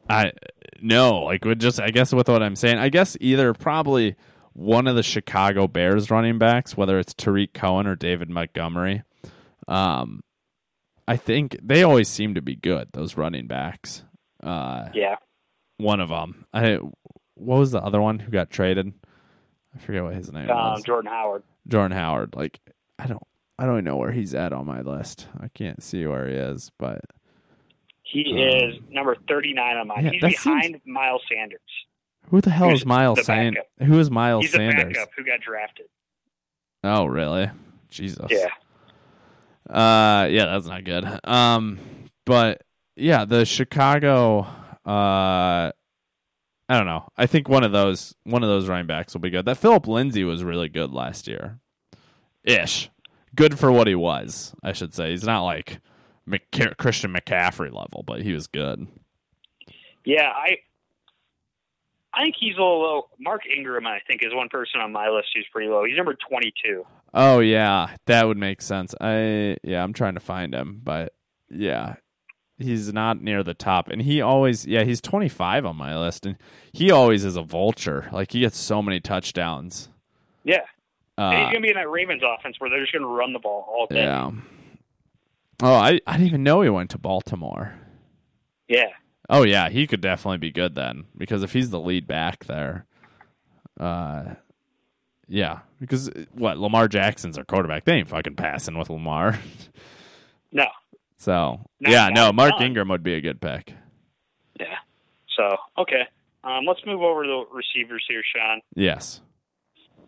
[SPEAKER 3] I no, like with just I guess with what I'm saying, I guess either probably one of the Chicago Bears running backs, whether it's Tariq Cohen or David Montgomery. Um, I think they always seem to be good. Those running backs. Uh,
[SPEAKER 2] Yeah.
[SPEAKER 3] one of them. I what was the other one who got traded? I forget what his name was.
[SPEAKER 2] Um, Jordan Howard.
[SPEAKER 3] Jordan Howard. Like I don't I don't even know where he's at on my list. I can't see where he is, but
[SPEAKER 2] He
[SPEAKER 3] Um,
[SPEAKER 2] is number 39 on mine.
[SPEAKER 3] yeah,
[SPEAKER 2] he's
[SPEAKER 3] that seems-
[SPEAKER 2] behind Miles Sanders.
[SPEAKER 3] who the hell
[SPEAKER 2] Who's
[SPEAKER 3] is Miles
[SPEAKER 2] the
[SPEAKER 3] Sanders?
[SPEAKER 2] backup?
[SPEAKER 3] Who is Miles
[SPEAKER 2] he's the
[SPEAKER 3] Sanders?
[SPEAKER 2] backup who got drafted.
[SPEAKER 3] Oh really? Jesus.
[SPEAKER 2] Yeah.
[SPEAKER 3] Uh yeah, that's not good. Um but yeah, the Chicago uh I don't know. I think one of those one of those running backs will be good. That Philip Lindsay was really good last year. Ish. Good for what he was, I should say. He's not like McC- Christian McCaffrey level, but he was good.
[SPEAKER 2] Yeah, I I think he's a little low. Mark Ingram, I think, is one person on my list who's pretty low. He's number 22.
[SPEAKER 3] Oh yeah, that would make sense. I yeah, I'm trying to find him, but yeah. He's not near the top and he always yeah, he's 25 on my list and he always is a vulture. Like he gets so many touchdowns.
[SPEAKER 2] Yeah. and he's
[SPEAKER 3] Uh,
[SPEAKER 2] going to be in that Ravens offense where they're just going to run the ball all day.
[SPEAKER 3] yeah. Oh, I I didn't even know he went to Baltimore.
[SPEAKER 2] Yeah.
[SPEAKER 3] Oh yeah, he could definitely be good then because if he's the lead back there, uh, yeah, because what Lamar Jackson's our quarterback. They ain't fucking passing with Lamar.
[SPEAKER 2] No.
[SPEAKER 3] So
[SPEAKER 2] Not-
[SPEAKER 3] yeah, no,
[SPEAKER 2] not
[SPEAKER 3] Mark
[SPEAKER 2] done.
[SPEAKER 3] Ingram would be a good pick.
[SPEAKER 2] Yeah. So, okay. Um, let's move over to the receivers here, Sean.
[SPEAKER 3] Yes.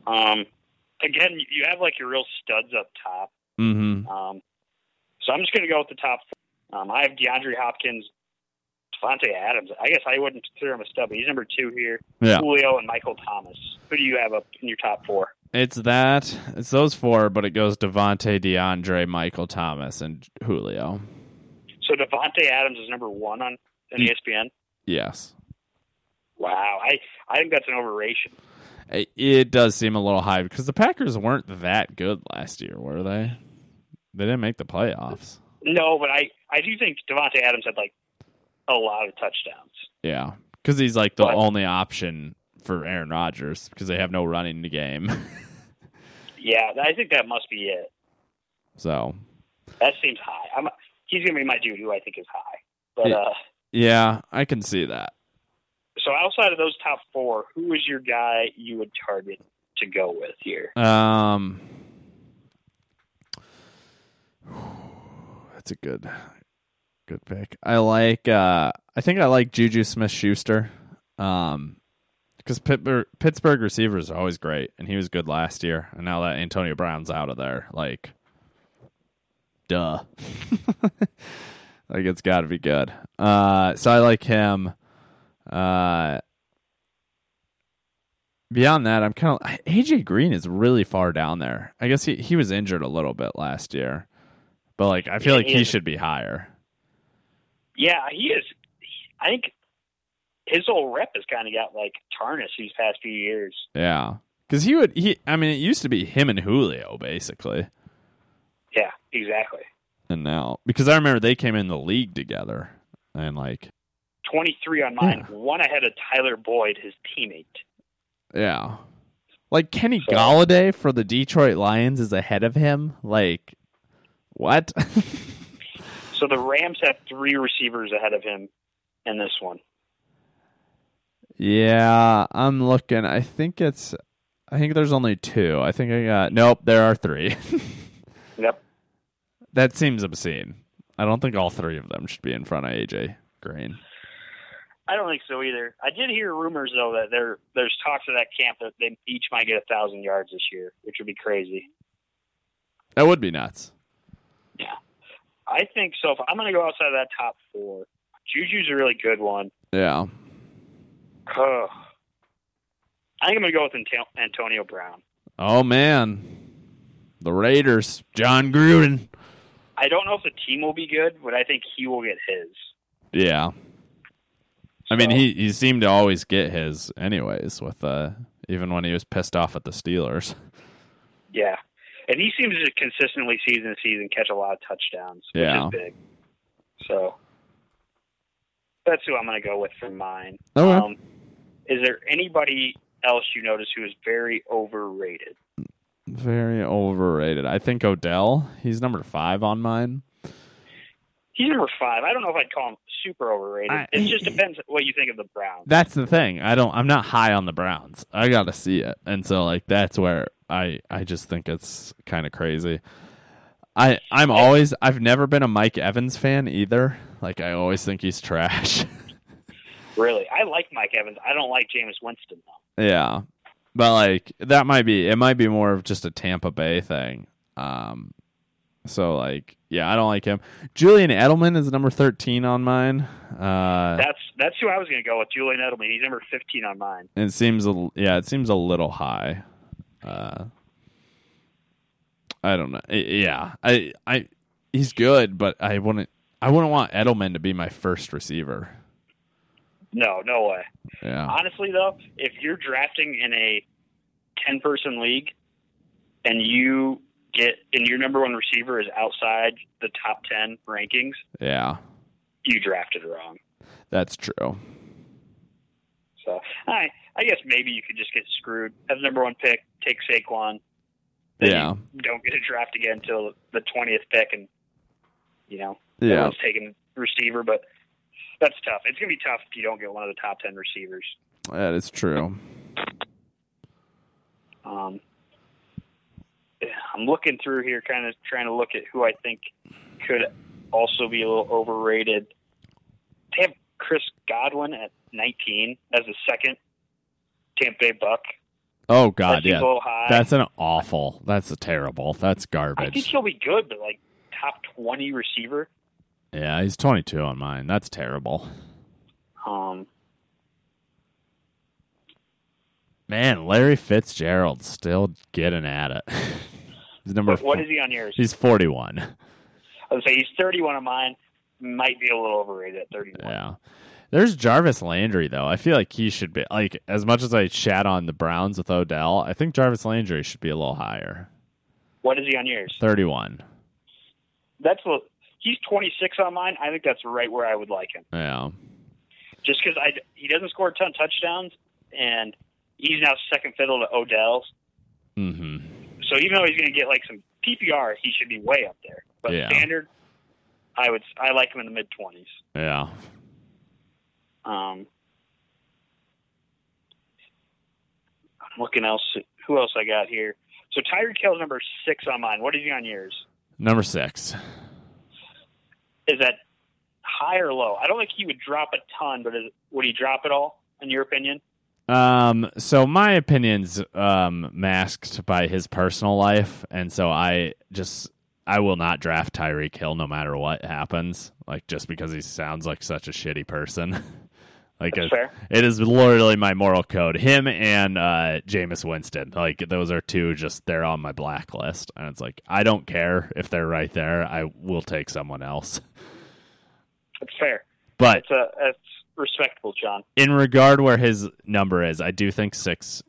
[SPEAKER 2] Um, again, you have like your real studs up top.
[SPEAKER 3] Mm-hmm.
[SPEAKER 2] Um, so I'm just going to go with the top four. Um, I have DeAndre Hopkins, Devontae Adams. I guess I wouldn't consider him a stud, but he's number two here.
[SPEAKER 3] Yeah.
[SPEAKER 2] Julio and Michael Thomas. Who do you have up in your top four?
[SPEAKER 3] It's that. It's those four, but it goes Devontae, DeAndre, Michael Thomas, and Julio.
[SPEAKER 2] So Devontae Adams is number one on
[SPEAKER 3] Mm.
[SPEAKER 2] on E ESPN.
[SPEAKER 3] Yes.
[SPEAKER 2] Wow, I I think that's an overration.
[SPEAKER 3] It, it does seem a little high because the Packers weren't that good last year, were they? They didn't make the playoffs.
[SPEAKER 2] No, but I I do think Devontae Adams had like a lot of touchdowns.
[SPEAKER 3] Yeah. Because he's like the
[SPEAKER 2] But-
[SPEAKER 3] only option for Aaron Rodgers because they have no running the game.
[SPEAKER 2] Yeah, I think that must be it.
[SPEAKER 3] so
[SPEAKER 2] That seems high. I'm he's gonna be my dude, who I think is high. But
[SPEAKER 3] Yeah.
[SPEAKER 2] uh,
[SPEAKER 3] yeah, I can see that.
[SPEAKER 2] so outside of those top four, who is your guy you would target to go with here?
[SPEAKER 3] Um, that's a good, good pick. I like. Uh, I think I like Juju Smith Schuster. Um, because Pittsburgh, Pittsburgh receivers are always great, and he was good last year. And now that Antonio Brown's out of there, like, duh, like it's got to be good. Uh, so I like him. Uh, beyond that, I'm kind of AJ Green is really far down there. I guess he he was injured a little bit last year, but like I feel
[SPEAKER 2] Yeah,
[SPEAKER 3] like
[SPEAKER 2] he
[SPEAKER 3] he
[SPEAKER 2] is.
[SPEAKER 3] should be higher.
[SPEAKER 2] Yeah, he is. I think his old rep has kind of got like tarnished these past few years.
[SPEAKER 3] Yeah, because he would he. I mean, it used to be him and Julio basically,
[SPEAKER 2] Yeah, exactly.
[SPEAKER 3] and now because I remember they came in the league together and like
[SPEAKER 2] 23 on mine, one ahead of Tyler Boyd, his teammate.
[SPEAKER 3] yeah, like Kenny
[SPEAKER 2] So-
[SPEAKER 3] Galladay for the Detroit Lions is ahead of him. Like what?
[SPEAKER 2] So the Rams have three receivers ahead of him in this one.
[SPEAKER 3] Yeah, I'm looking. I think it's. I think there's only two. I think I got. Nope, there are three.
[SPEAKER 2] Yep.
[SPEAKER 3] that seems obscene. I don't think all three of them should be in front of AJ Green.
[SPEAKER 2] I don't think so either. I did hear rumors though that there there's talks of that camp that they each might get a thousand yards this year, which would be crazy.
[SPEAKER 3] That would be nuts.
[SPEAKER 2] I think so. If I'm going to go outside of that top four, Juju's a really good one.
[SPEAKER 3] Yeah.
[SPEAKER 2] Ugh. I think I'm going to go with Ant- Antonio Brown.
[SPEAKER 3] Oh man, the Raiders. John Gruden.
[SPEAKER 2] I don't know if the team will be good, but I think he will get his.
[SPEAKER 3] Yeah. I mean,
[SPEAKER 2] So-
[SPEAKER 3] he he seemed to always get his anyways. With uh, even when he was pissed off at the Steelers.
[SPEAKER 2] Yeah. And he seems to consistently season to season catch a lot of touchdowns, which
[SPEAKER 3] Yeah.
[SPEAKER 2] is big. So that's who I'm going to go with for mine.
[SPEAKER 3] Okay.
[SPEAKER 2] Um, is there anybody else you notice who is very overrated?
[SPEAKER 3] Very overrated. I think Odell. He's number five on mine.
[SPEAKER 2] He's number five. I don't know if I'd call him super overrated.
[SPEAKER 3] I-
[SPEAKER 2] it just depends what you think of the Browns.
[SPEAKER 3] That's the thing. I don't. I'm not high on the Browns. I gotta see it, and so like that's where I I just think it's kind of crazy. I I'm always. I've never been a Mike Evans fan either. Like I always think he's trash.
[SPEAKER 2] Really, I like Mike Evans. I don't like Jameis Winston though.
[SPEAKER 3] yeah, but like that might be. It might be more of just a Tampa Bay thing. Um, so like yeah, I don't like him. Julian Edelman is number thirteen on mine. Uh,
[SPEAKER 2] That's that's who I was going to go with. Julian Edelman. He's number 15 on mine.
[SPEAKER 3] it seems a l- yeah it seems a little high uh i don't know I- yeah i i he's good but i wouldn't i wouldn't want edelman to be my first receiver
[SPEAKER 2] No, no way.
[SPEAKER 3] yeah
[SPEAKER 2] Honestly, though, if you're drafting in a ten-person league and you get and your number one receiver is outside the top ten rankings,
[SPEAKER 3] yeah
[SPEAKER 2] you drafted wrong.
[SPEAKER 3] that's true
[SPEAKER 2] So I, I guess maybe you could just get screwed. Have the number one pick, take Saquon. Then
[SPEAKER 3] yeah
[SPEAKER 2] you don't get a draft again until the twentieth pick, and you know
[SPEAKER 3] yeah
[SPEAKER 2] everyone's taking receiver, but. That's tough. It's gonna be tough if you don't get one of the top ten receivers.
[SPEAKER 3] that is true
[SPEAKER 2] Um, I'm looking through here, kind of trying to look at who I think could also be a little overrated. They have Chris Godwin at 19 as a second Tampa Bay Buck.
[SPEAKER 3] oh
[SPEAKER 2] That
[SPEAKER 3] god
[SPEAKER 2] seems
[SPEAKER 3] yeah
[SPEAKER 2] a little high.
[SPEAKER 3] that's an awful that's a terrible that's
[SPEAKER 2] I think
[SPEAKER 3] garbage
[SPEAKER 2] he'll be good, but like top 20 receiver.
[SPEAKER 3] yeah he's 22 on mine that's terrible
[SPEAKER 2] Um,
[SPEAKER 3] man larry fitzgerald still getting at it he's number
[SPEAKER 2] but what
[SPEAKER 3] four-
[SPEAKER 2] is he on yours?
[SPEAKER 3] he's 41
[SPEAKER 2] I would say he's 31 of mine. Might be a little overrated at 31.
[SPEAKER 3] Yeah. There's Jarvis Landry though. I feel like he should be like as much as I chat on the Browns with Odell, I think Jarvis Landry should be a little higher.
[SPEAKER 2] What is he on yours?
[SPEAKER 3] Thirty one.
[SPEAKER 2] That's what he's 26 on mine. I think that's right where I would like him.
[SPEAKER 3] Yeah.
[SPEAKER 2] just because I he doesn't score a ton of touchdowns, and he's now second fiddle to Odell.
[SPEAKER 3] hmm
[SPEAKER 2] So even though he's going to get like some PPR, he should be way up there. But
[SPEAKER 3] Yeah.
[SPEAKER 2] standard, I would I like him in the mid twenties.
[SPEAKER 3] Yeah.
[SPEAKER 2] Um, I'm looking else. Who else I got here? So Tyreek Hill's number six on mine. What is he on yours?
[SPEAKER 3] Number six.
[SPEAKER 2] Is that high or low? I don't think he would drop a ton, but is, would he drop at all? In your opinion?
[SPEAKER 3] Um, so my opinion's um masked by his personal life, and so I just I will not draft Tyreek Hill no matter what happens. Like just because he sounds like such a shitty person. Like
[SPEAKER 2] That's
[SPEAKER 3] a-
[SPEAKER 2] fair.
[SPEAKER 3] it is literally my moral code. Him and uh, Jameis Winston, like those are two. Just they're on my blacklist, and it's like I don't care if they're right there. I will take someone else.
[SPEAKER 2] That's fair.
[SPEAKER 3] But
[SPEAKER 2] It's, uh, that's respectable, John.
[SPEAKER 3] in regard where his number is, I do think six.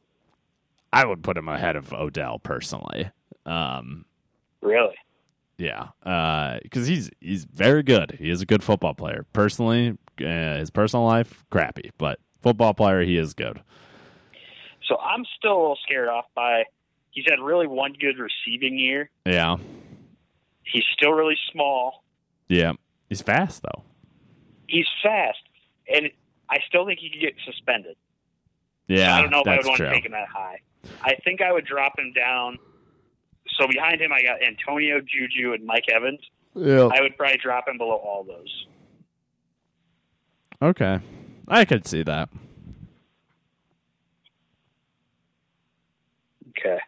[SPEAKER 3] I would put him ahead of Odell personally. Um,
[SPEAKER 2] Really.
[SPEAKER 3] yeah, because he's he's very good. He is a good football player. Personally, uh, his personal life crappy, but football player he is good.
[SPEAKER 2] So I'm still a little scared off by. He's had really one good receiving year.
[SPEAKER 3] Yeah,
[SPEAKER 2] He's still really small.
[SPEAKER 3] yeah. He's fast though.
[SPEAKER 2] He's fast, and I still think he could get suspended.
[SPEAKER 3] Yeah,
[SPEAKER 2] I don't know if I
[SPEAKER 3] that's
[SPEAKER 2] would want
[SPEAKER 3] true.
[SPEAKER 2] to take him that high. I think I would drop him down. So behind him, I got Antonio Juju and Mike Evans.
[SPEAKER 3] Yeah.
[SPEAKER 2] I would probably drop him below all those.
[SPEAKER 3] Okay, I could see that.
[SPEAKER 2] Okay.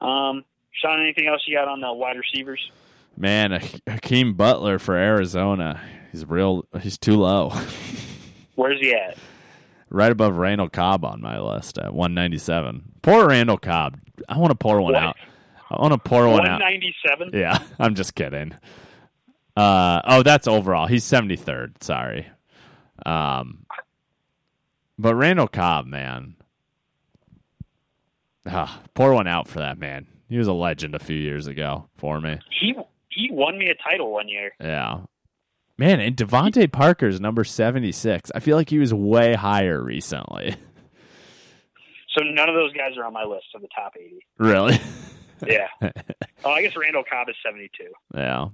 [SPEAKER 2] Um, Sean, anything else you got on the wide receivers?
[SPEAKER 3] Man, Hak- Hakeem Butler for Arizona. He's real. He's too low.
[SPEAKER 2] Where's he at?
[SPEAKER 3] right above Randall Cobb on my list at 197. Poor Randall Cobb. I want to pour one
[SPEAKER 2] What?
[SPEAKER 3] out. I want to pour one out.
[SPEAKER 2] 197.
[SPEAKER 3] Yeah, I'm just kidding. Uh oh, that's overall. He's 73rd. Sorry. Um, but Randall Cobb, man, ah, pour one out for that man. He was a legend a few years ago for me.
[SPEAKER 2] He he won me a title one year.
[SPEAKER 3] Yeah. Man, and Devontae Parker's number 76. I feel like he was way higher recently.
[SPEAKER 2] So none of those guys are on my list of the top 80.
[SPEAKER 3] really?
[SPEAKER 2] Yeah. oh, I guess Randall Cobb is 72.
[SPEAKER 3] Yeah.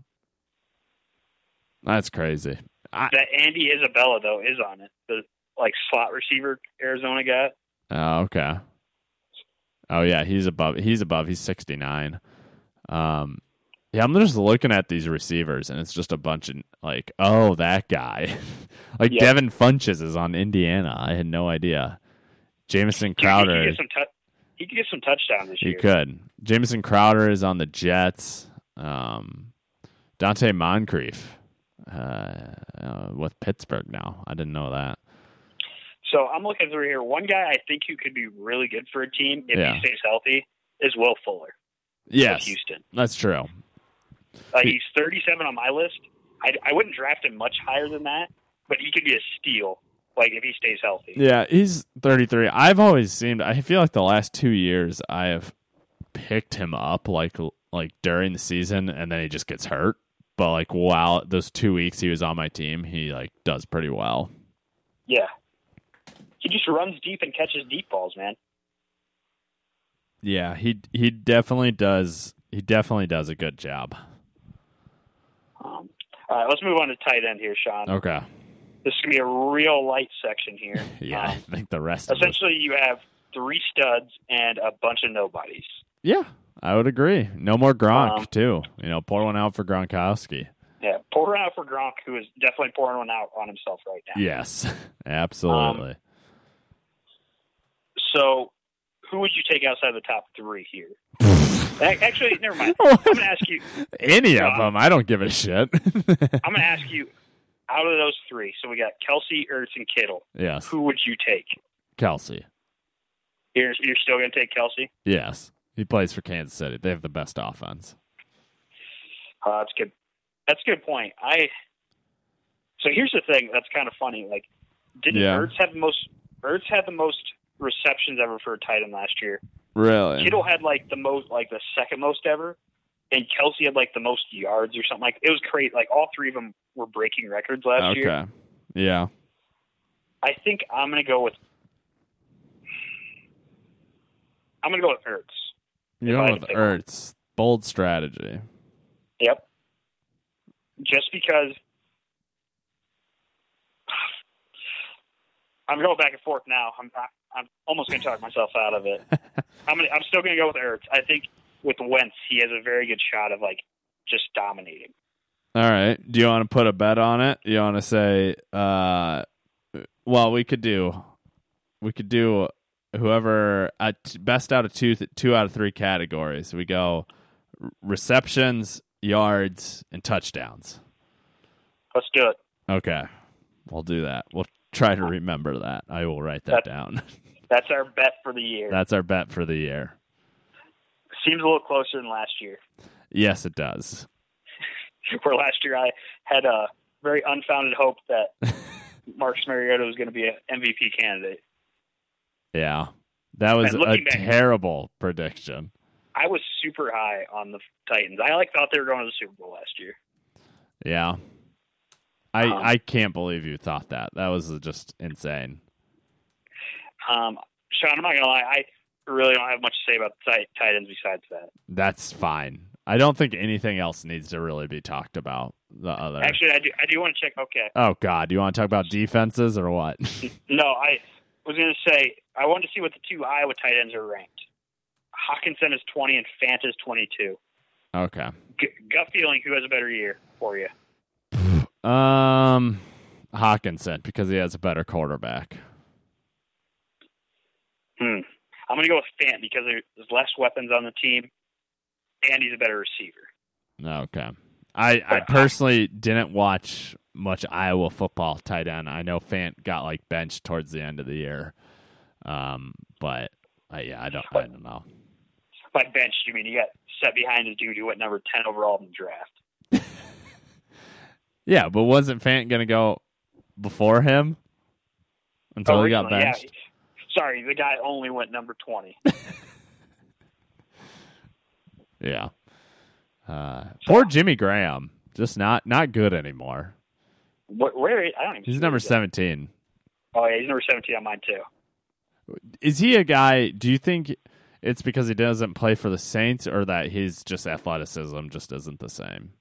[SPEAKER 3] That's crazy. I,
[SPEAKER 2] That Andy Isabella though is on it. The like slot receiver Arizona got.
[SPEAKER 3] oh, okay. Oh yeah, he's above he's above. He's 69. Um yeah, I'm just looking at these receivers and it's just a bunch of like, oh, that guy. like
[SPEAKER 2] Yeah.
[SPEAKER 3] Devin Funches is on Indiana. I had no idea. Jamison
[SPEAKER 2] Dude,
[SPEAKER 3] Crowder
[SPEAKER 2] He
[SPEAKER 3] is-
[SPEAKER 2] could get some, tou- he could get some touchdowns this
[SPEAKER 3] He
[SPEAKER 2] year.
[SPEAKER 3] could. Jameson Crowder is on the Jets. Um, Dante Moncrief uh, uh, with Pittsburgh now. I didn't know that.
[SPEAKER 2] So I'm looking through here. One guy I think who could be really good for a team if
[SPEAKER 3] Yeah.
[SPEAKER 2] he stays healthy is Will Fuller of
[SPEAKER 3] Yes,
[SPEAKER 2] Houston.
[SPEAKER 3] that's true.
[SPEAKER 2] Uh,
[SPEAKER 3] He-
[SPEAKER 2] he's 37 on my list. I, I wouldn't draft him much higher than that, but he could be a steal. Like if he stays healthy.
[SPEAKER 3] Yeah, he's 33. I've always seemed. I feel like the last two years I have picked him up like like during the season, and then he just gets hurt. But like wow, those two weeks he was on my team, he like does pretty well.
[SPEAKER 2] Yeah. He just runs deep and catches deep balls, man.
[SPEAKER 3] Yeah, he he definitely does. He definitely does a good job.
[SPEAKER 2] Um, all right, let's move on to tight end here, Sean.
[SPEAKER 3] Okay.
[SPEAKER 2] This is gonna be a real light section here.
[SPEAKER 3] Yeah, I
[SPEAKER 2] Um,
[SPEAKER 3] think the rest of us.
[SPEAKER 2] essentially, you have three studs and a bunch of nobodies.
[SPEAKER 3] Yeah, I would agree. No more Gronk
[SPEAKER 2] Um,
[SPEAKER 3] too. You know, pour one out for Gronkowski.
[SPEAKER 2] Yeah, pour one out for Gronk, who is definitely pouring one out on himself right now.
[SPEAKER 3] Yes, absolutely.
[SPEAKER 2] So, who would you take outside the top three here? A- Actually, never mind. I'm gonna ask you.
[SPEAKER 3] Any of
[SPEAKER 2] Gronk.
[SPEAKER 3] them, I don't give a shit.
[SPEAKER 2] I'm gonna ask you. Out of those three, so we got Kelsey, Ertz, and Kittle.
[SPEAKER 3] yes,
[SPEAKER 2] Who would you take?
[SPEAKER 3] Kelsey.
[SPEAKER 2] You're, you're still gonna take Kelsey?
[SPEAKER 3] Yes, he plays for Kansas City. They have the best offense.
[SPEAKER 2] Uh, that's good. That's a good point. I. So here's the thing that's kind of funny. Like, didn't
[SPEAKER 3] Yeah.
[SPEAKER 2] Ertz have the most? Ertz had the most receptions ever for a tight end last year.
[SPEAKER 3] Really?
[SPEAKER 2] Kittle had like the most, like the second most ever, and Kelsey had like the most yards or something. Like it was crazy. Like all three of them were breaking records last
[SPEAKER 3] okay.
[SPEAKER 2] year.
[SPEAKER 3] Yeah.
[SPEAKER 2] I think I'm gonna go with. I'm gonna go with Ertz.
[SPEAKER 3] You
[SPEAKER 2] If I
[SPEAKER 3] know
[SPEAKER 2] had
[SPEAKER 3] with
[SPEAKER 2] to pick one.
[SPEAKER 3] Ertz, bold strategy.
[SPEAKER 2] Yep. Just because I'm going back and forth now. I'm I'm almost going to talk myself out of it. I'm gonna, I'm still going to go with Ertz. I think with Wentz, he has a very good shot of like just dominating.
[SPEAKER 3] All right. Do you want to put a bet on it? You want to say, uh, well, we could do, we could do whoever at best out of two, two out of three categories. We go receptions, yards, and touchdowns.
[SPEAKER 2] Let's do it.
[SPEAKER 3] Okay, we'll do that. We'll try to remember that. I will write that
[SPEAKER 2] That's-
[SPEAKER 3] down.
[SPEAKER 2] That's our bet for the year.
[SPEAKER 3] That's our bet for the year.
[SPEAKER 2] Seems a little closer than last year,
[SPEAKER 3] Yes, it does.
[SPEAKER 2] where last year I had a very unfounded hope that Marcus Mariota was going to be an MVP candidate.
[SPEAKER 3] Yeah. That was
[SPEAKER 2] And
[SPEAKER 3] a
[SPEAKER 2] looking back-
[SPEAKER 3] terrible prediction.
[SPEAKER 2] I was super high on the Titans. I like thought they were going to the Super Bowl last year.
[SPEAKER 3] Yeah. I
[SPEAKER 2] Um,
[SPEAKER 3] I can't believe you thought that. That was just insane.
[SPEAKER 2] Um, Sean, I'm not gonna lie, I really don't have much to say about the Ti- Titans besides that.
[SPEAKER 3] That's fine. I don't think anything else needs to really be talked about. The other.
[SPEAKER 2] Actually, I do. I do want to check. Okay,
[SPEAKER 3] oh God, you want to talk about defenses or what?
[SPEAKER 2] no, I was gonna say I wanted to see what the two Iowa tight ends are ranked. Hawkinson is 20 and Fant is 22.
[SPEAKER 3] okay.
[SPEAKER 2] G- gut feeling, who has a better year for you?
[SPEAKER 3] Um, Hawkinson because he has a better quarterback.
[SPEAKER 2] Hmm. I'm gonna go with Fant because there's less weapons on the team, and he's a better receiver.
[SPEAKER 3] Okay. I, I
[SPEAKER 2] But I-
[SPEAKER 3] personally didn't watch much Iowa football tight end. I know Fant got like benched towards the end of the year. Um, but I, yeah, I don't, I don't know.
[SPEAKER 2] By bench, you mean he got set behind his dude who went number 10 overall in the draft.
[SPEAKER 3] Yeah, but wasn't Fant going to go before him until he got
[SPEAKER 2] Originally, Oh, yeah.
[SPEAKER 3] benched?
[SPEAKER 2] Sorry, the guy only went number 20.
[SPEAKER 3] Yeah. Uh, poor Jimmy Graham, just not not good anymore.
[SPEAKER 2] What, where? I don't even.
[SPEAKER 3] He's
[SPEAKER 2] see
[SPEAKER 3] number
[SPEAKER 2] where
[SPEAKER 3] seventeen.
[SPEAKER 2] Oh yeah, he's number seventeen on mine too.
[SPEAKER 3] Is he a guy? Do you think it's because he doesn't play for the Saints, or that his just athleticism just isn't the same?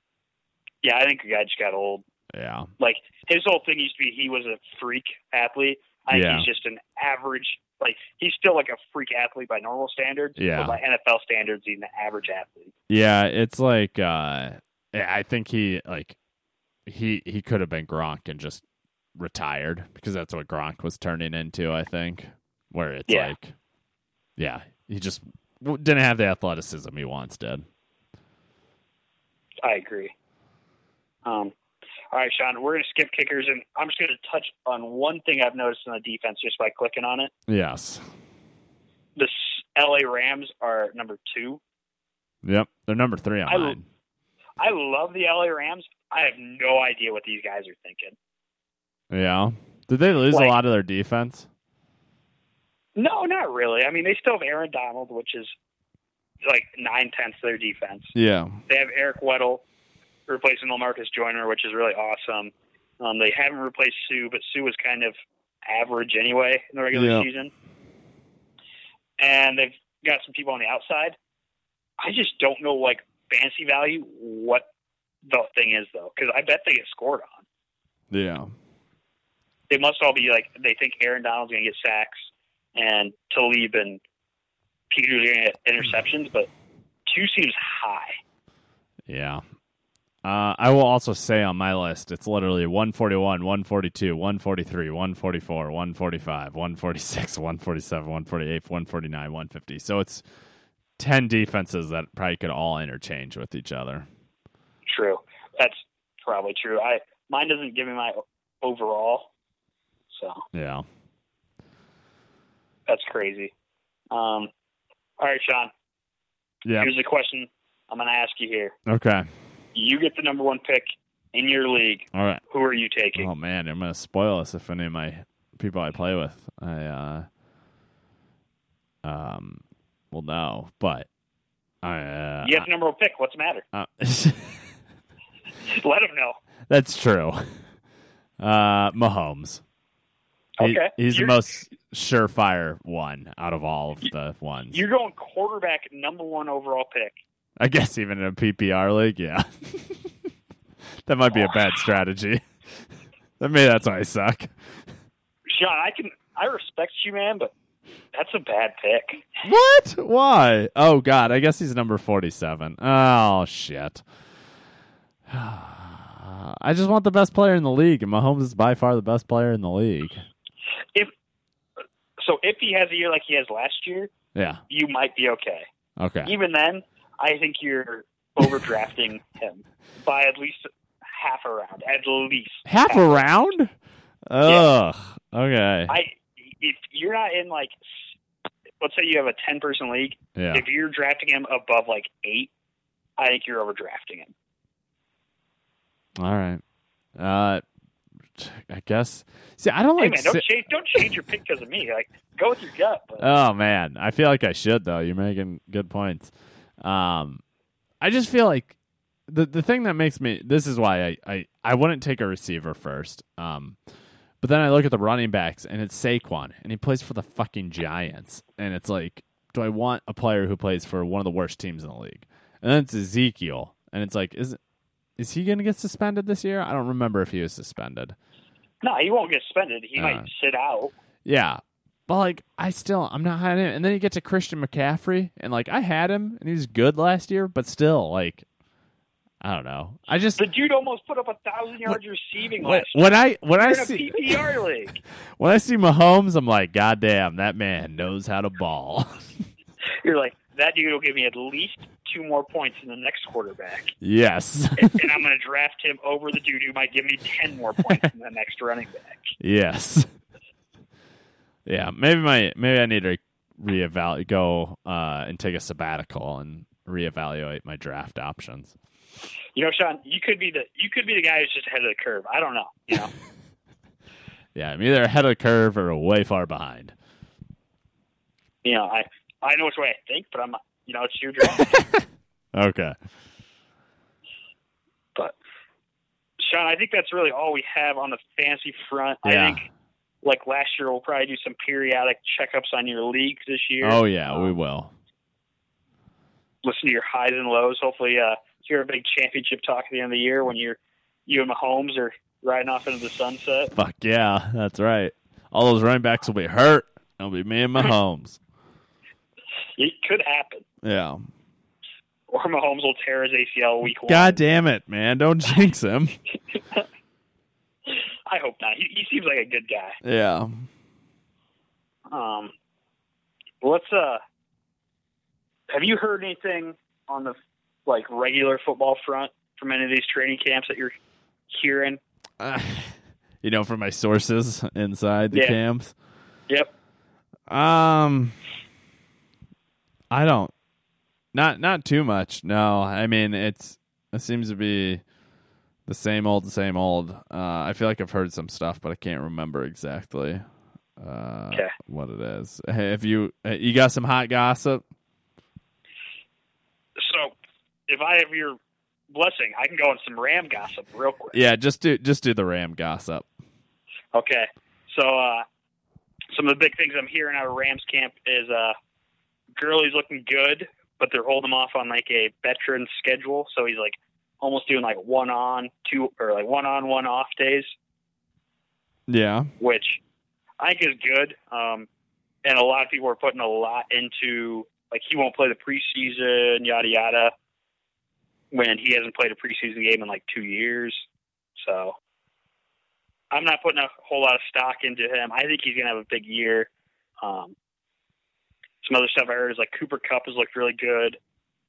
[SPEAKER 2] Yeah, I think the guy just got old.
[SPEAKER 3] Yeah,
[SPEAKER 2] Like his whole thing used to be he was a freak athlete. I think
[SPEAKER 3] Yeah.
[SPEAKER 2] he's just an average. Like he's still like a freak athlete by normal standards.
[SPEAKER 3] Yeah.
[SPEAKER 2] But by NFL standards, he's an average athlete.
[SPEAKER 3] yeah. It's like uh, yeah, I think he like he he could have been Gronk and just retired because that's what Gronk was turning into. I think where it's
[SPEAKER 2] Yeah.
[SPEAKER 3] like, yeah, he just w- didn't have the athleticism he once did.
[SPEAKER 2] I agree. Um. All right, Sean, we're going to skip kickers, and I'm just going to touch on one thing I've noticed in the defense just by clicking on it.
[SPEAKER 3] Yes.
[SPEAKER 2] The s- LA Rams are number two
[SPEAKER 3] Yep. They're number three on
[SPEAKER 2] I-
[SPEAKER 3] mine.
[SPEAKER 2] I love the LA Rams. I have no idea what these guys are thinking.
[SPEAKER 3] Yeah. Did they lose
[SPEAKER 2] Like-
[SPEAKER 3] a lot of their defense?
[SPEAKER 2] No, not really. I mean, they still have Aaron Donald, which is like nine tenths of their defense.
[SPEAKER 3] Yeah.
[SPEAKER 2] They have Eric Weddle replacing Lamarcus Joyner, which is really awesome. Um, they haven't replaced Sue, but Sue was kind of average anyway in the regular
[SPEAKER 3] Yeah.
[SPEAKER 2] season. And they've got some people on the outside. I just don't know, like fantasy value, what the thing is though, because I bet they get scored on.
[SPEAKER 3] Yeah.
[SPEAKER 2] they must all be like they think Aaron Donald's going to get sacks and Talib and Peter are going to get interceptions, but two seems high.
[SPEAKER 3] Yeah. Uh, I will also say on my list, it's literally 141, 142, 143, 144, 145, 146, 147, 148, 149, 150. So it's 10 defenses that probably could all interchange with each other.
[SPEAKER 2] True, that's probably true. I mine doesn't give me my o- overall, so
[SPEAKER 3] Yeah.
[SPEAKER 2] that's crazy. Um, all right, Sean.
[SPEAKER 3] Yeah.
[SPEAKER 2] Here's the question I'm going to ask you here.
[SPEAKER 3] Okay.
[SPEAKER 2] You get the number one pick in your league.
[SPEAKER 3] All right.
[SPEAKER 2] Who are you taking?
[SPEAKER 3] Oh man, I'm gonna spoil us if any of my people I play with I uh um will know, but I uh,
[SPEAKER 2] you have the number one pick. What's the matter?
[SPEAKER 3] I-
[SPEAKER 2] Let them know.
[SPEAKER 3] that's true. Uh Mahomes. He-
[SPEAKER 2] Okay.
[SPEAKER 3] he's
[SPEAKER 2] You're-
[SPEAKER 3] the most surefire one out of all of the ones.
[SPEAKER 2] You're going quarterback, number one overall pick.
[SPEAKER 3] I guess even in a PPR league, yeah. that might be a bad strategy. Maybe that's why I suck.
[SPEAKER 2] Sean, I can I respect you, man, but that's a bad pick.
[SPEAKER 3] What? Why? Oh God! I guess he's number forty-seven. Oh shit! I just want the best player in the league, and Mahomes is by far the best player in the league.
[SPEAKER 2] So if he has a year like he has last year,
[SPEAKER 3] Yeah.
[SPEAKER 2] you might be okay.
[SPEAKER 3] Okay.
[SPEAKER 2] Even then, I think you're overdrafting him by at least half a round, at least.
[SPEAKER 3] Half a round. Ugh. Okay.
[SPEAKER 2] I if you're not in like s- let's say you have a ten person league,
[SPEAKER 3] Yeah.
[SPEAKER 2] if you're drafting him above like eight, I think you're overdrafting him.
[SPEAKER 3] All right. Uh, I guess. See, I don't
[SPEAKER 2] Hey
[SPEAKER 3] like.
[SPEAKER 2] man, don't
[SPEAKER 3] si-
[SPEAKER 2] change don't change your pick because of me. Like go with your gut. But
[SPEAKER 3] Oh man, I feel like I should though. You're making good points. Um, I just feel like the the thing that makes me this is why I I, I wouldn't take a receiver first. Um, but then I look at the running backs and it's Saquon and he plays for the fucking Giants and it's like, do I want a player who plays for one of the worst teams in the league? And then it's Ezekiel and it's like, is is he gonna get suspended this year? I don't remember if he was suspended.
[SPEAKER 2] no, he won't get suspended. He
[SPEAKER 3] Uh.
[SPEAKER 2] might sit out.
[SPEAKER 3] Yeah. But like I still I'm not high on him. And then you get to Christian McCaffrey and like I had him and he was good last year, but still like I don't know. I just
[SPEAKER 2] The dude almost put up a thousand yards receiving
[SPEAKER 3] when,
[SPEAKER 2] last year.
[SPEAKER 3] when I when I
[SPEAKER 2] You're in a
[SPEAKER 3] see
[SPEAKER 2] PPR league.
[SPEAKER 3] when I see Mahomes, I'm like, God damn, that man knows how to ball.
[SPEAKER 2] You're like, that dude will give me at least two more points in the next quarterback.
[SPEAKER 3] yes.
[SPEAKER 2] and I'm going to draft him over the dude who might give me 10 more points in the next running back.
[SPEAKER 3] yes. Yeah. Maybe my maybe I need to reevaluate go uh and take a sabbatical and reevaluate my draft options.
[SPEAKER 2] You know, Sean, you could be the you could be the guy who's just ahead of the curve. I don't know. You know,
[SPEAKER 3] Yeah, I'm either ahead of the curve or way far behind.
[SPEAKER 2] you know, I I know which way I think, but I'm you know, it's your draft.
[SPEAKER 3] Okay.
[SPEAKER 2] but Sean, I think that's really all we have on the fancy front.
[SPEAKER 3] Yeah.
[SPEAKER 2] I think like last year, we'll probably do some periodic checkups on your league this year.
[SPEAKER 3] Oh yeah, we
[SPEAKER 2] Um,
[SPEAKER 3] will.
[SPEAKER 2] listen to your highs and lows. Hopefully, uh, hear a big championship talk at the end of the year when you're you and Mahomes are riding off into the sunset.
[SPEAKER 3] Fuck yeah, that's right. All those running backs will be hurt. It'll be me and Mahomes.
[SPEAKER 2] It could happen.
[SPEAKER 3] Yeah.
[SPEAKER 2] Or Mahomes will tear his ACL week one.
[SPEAKER 3] God damn it, man! Don't jinx him.
[SPEAKER 2] I hope not. He, he seems like a good guy.
[SPEAKER 3] Yeah.
[SPEAKER 2] Um, let's. Uh, have you heard anything on the like regular football front from any of these training camps that you're hearing?
[SPEAKER 3] Uh, you know, from my sources inside the
[SPEAKER 2] Yeah.
[SPEAKER 3] camps.
[SPEAKER 2] Yep.
[SPEAKER 3] Um, I don't. Not not too much. No, I mean it's it seems to be the same old, same old. Uh, I feel like I've heard some stuff, but I can't remember exactly uh,
[SPEAKER 2] Okay.
[SPEAKER 3] what it is. Hey, have you uh, you got some hot gossip?
[SPEAKER 2] So, if I have your blessing, I can go on some Ram gossip real quick.
[SPEAKER 3] Yeah, just do just do the Ram gossip.
[SPEAKER 2] Okay. So uh, some of the big things I'm hearing out of Rams camp is uh, Gurley's looking good, but they're holding him off on like a veteran schedule, so he's like almost doing like one on two or like one on one off days,
[SPEAKER 3] Yeah,
[SPEAKER 2] which I think is good. Um, and a lot of people are putting a lot into like he won't play the preseason, yada yada, when he hasn't played a preseason game in like two years. So I'm not putting a whole lot of stock into him. I think he's gonna have a big year. Um, some other stuff I heard is like Cooper Cup has looked really good.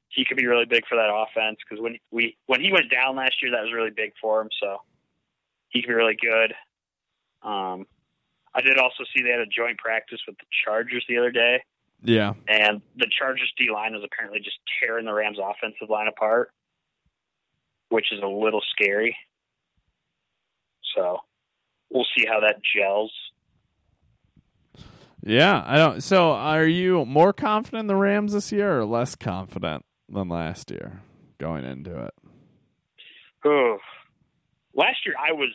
[SPEAKER 2] He could be really big for that offense because when we when he went down last year, that was really big for him. So he could be really good. Um, I did also see they had a joint practice with the Chargers the other day,
[SPEAKER 3] yeah,
[SPEAKER 2] and the Chargers D line was apparently just tearing the Rams offensive line apart, which is a little scary. So we'll see how that gels.
[SPEAKER 3] yeah. I don't. So, are you more confident in the Rams this year, or less confident than last year going into it?
[SPEAKER 2] Ooh. Last year I was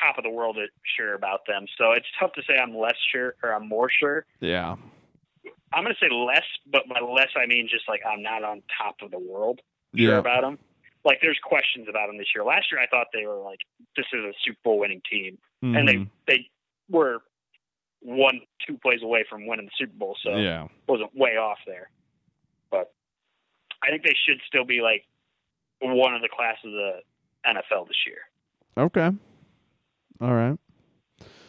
[SPEAKER 2] top of the world at sure about them, so it's tough to say I'm less sure or I'm more sure.
[SPEAKER 3] Yeah,
[SPEAKER 2] I'm gonna say less, but by less I mean just like I'm not on top of the world. sure
[SPEAKER 3] yeah.
[SPEAKER 2] about them. Like there's questions about them this year. Last year I thought they were like this is a Super Bowl winning team, and
[SPEAKER 3] Mhm.
[SPEAKER 2] they they were one two plays away from winning the Super Bowl, so it
[SPEAKER 3] yeah.
[SPEAKER 2] wasn't way off there. But I think they should still be like one of the classes of the NFL this year.
[SPEAKER 3] Okay. All right.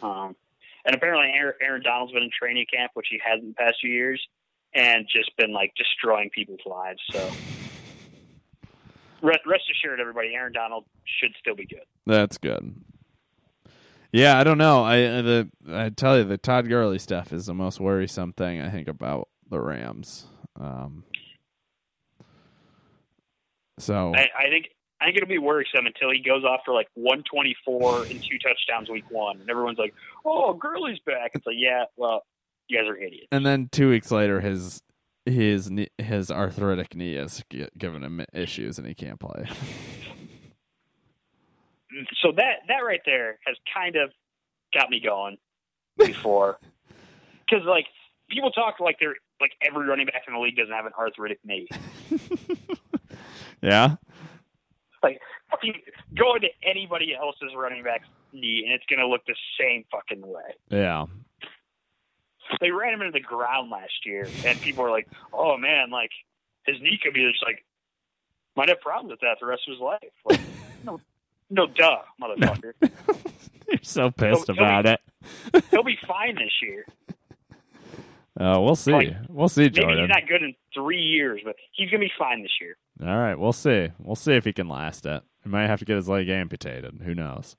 [SPEAKER 2] Um, and apparently Aaron, Aaron Donald's been in training camp, which he has in the past few years, and just been like destroying people's lives. So rest, rest assured, everybody, Aaron Donald should still be good.
[SPEAKER 3] That's good. Yeah, I don't know. I uh, the I tell you the Todd Gurley stuff is the most worrisome thing I think about the Rams. Um, so
[SPEAKER 2] I, I think I think it'll be worrisome until he goes off for like 124 and two touchdowns week one, and everyone's like, "Oh, Gurley's back." It's like, yeah, well, you guys are idiots.
[SPEAKER 3] and then two weeks later, his his kne- his arthritic knee is gi- giving him issues, and he can't play.
[SPEAKER 2] So that that right there has kind of got me going before, because like people talk like they're like every running back in the league doesn't have an arthritic knee.
[SPEAKER 3] yeah,
[SPEAKER 2] Fucking go into anybody else's running back's knee, and it's gonna look the same fucking way.
[SPEAKER 3] yeah.
[SPEAKER 2] they ran him into the ground last year, and people were like, "Oh man, like his knee could be just like might have problems with that the rest of his life." Like, no, no, duh, motherfucker.
[SPEAKER 3] You're so pissed
[SPEAKER 2] Tell me-
[SPEAKER 3] about it.
[SPEAKER 2] He'll be fine this year.
[SPEAKER 3] Uh, we'll see.
[SPEAKER 2] Like,
[SPEAKER 3] we'll see,
[SPEAKER 2] Maybe
[SPEAKER 3] Jordan.
[SPEAKER 2] he's not good in three years, but he's gonna be fine this year.
[SPEAKER 3] All right, we'll see. We'll see if he can last it. He might have to get his leg amputated. Who knows?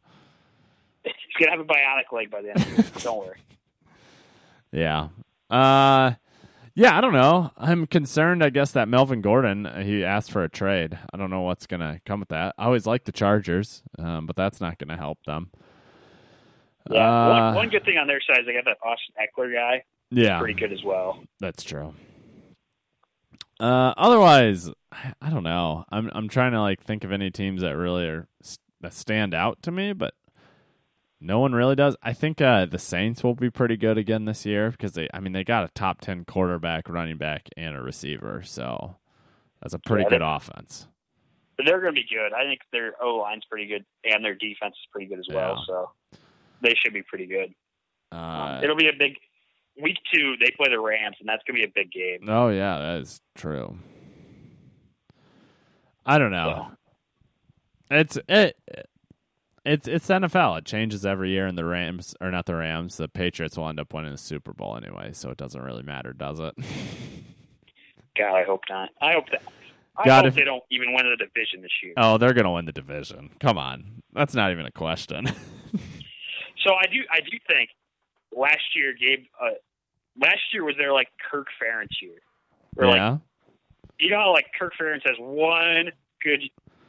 [SPEAKER 2] He's gonna have a bionic leg by the end. Of the year. Don't worry.
[SPEAKER 3] Yeah. Uh yeah, I don't know. I'm concerned I guess that Melvin Gordon uh, he asked for a trade. I don't know what's going to come with that. I always like the Chargers, um, but that's not going to help them.
[SPEAKER 2] Yeah.
[SPEAKER 3] Uh,
[SPEAKER 2] one, one good thing on their side is they got that Austin Eckler guy,
[SPEAKER 3] Yeah.
[SPEAKER 2] pretty good as well.
[SPEAKER 3] That's true. Uh, otherwise, I, I don't know. I'm I'm trying to like think of any teams that really are s- that stand out to me, but no one really does. I think uh, the Saints will be pretty good again this year because they, I mean, they got a top ten quarterback, running back, and a receiver, so that's a pretty
[SPEAKER 2] Yeah,
[SPEAKER 3] good offense.
[SPEAKER 2] But they're gonna be good. I think their O line's pretty good, and their defense is pretty good as well.
[SPEAKER 3] Yeah.
[SPEAKER 2] So they should be pretty good.
[SPEAKER 3] Uh,
[SPEAKER 2] It'll be a big week two. They play the Rams, and that's gonna be a big game.
[SPEAKER 3] oh yeah, that is true. I don't know. It's it. It's it's NFL. It changes every year, and the Rams or not the Rams, the Patriots will end up winning the Super Bowl anyway, so it doesn't really matter, does it?
[SPEAKER 2] God, I hope not. I hope that. I
[SPEAKER 3] God,
[SPEAKER 2] hope
[SPEAKER 3] if-
[SPEAKER 2] they don't even win the division this year.
[SPEAKER 3] oh, they're gonna win the division. Come on, that's not even a question.
[SPEAKER 2] So I do. I do think last year gave. Uh, last year was their like Kirk Ferentz year. Where like
[SPEAKER 3] yeah,
[SPEAKER 2] you know how like Kirk Ferentz has one good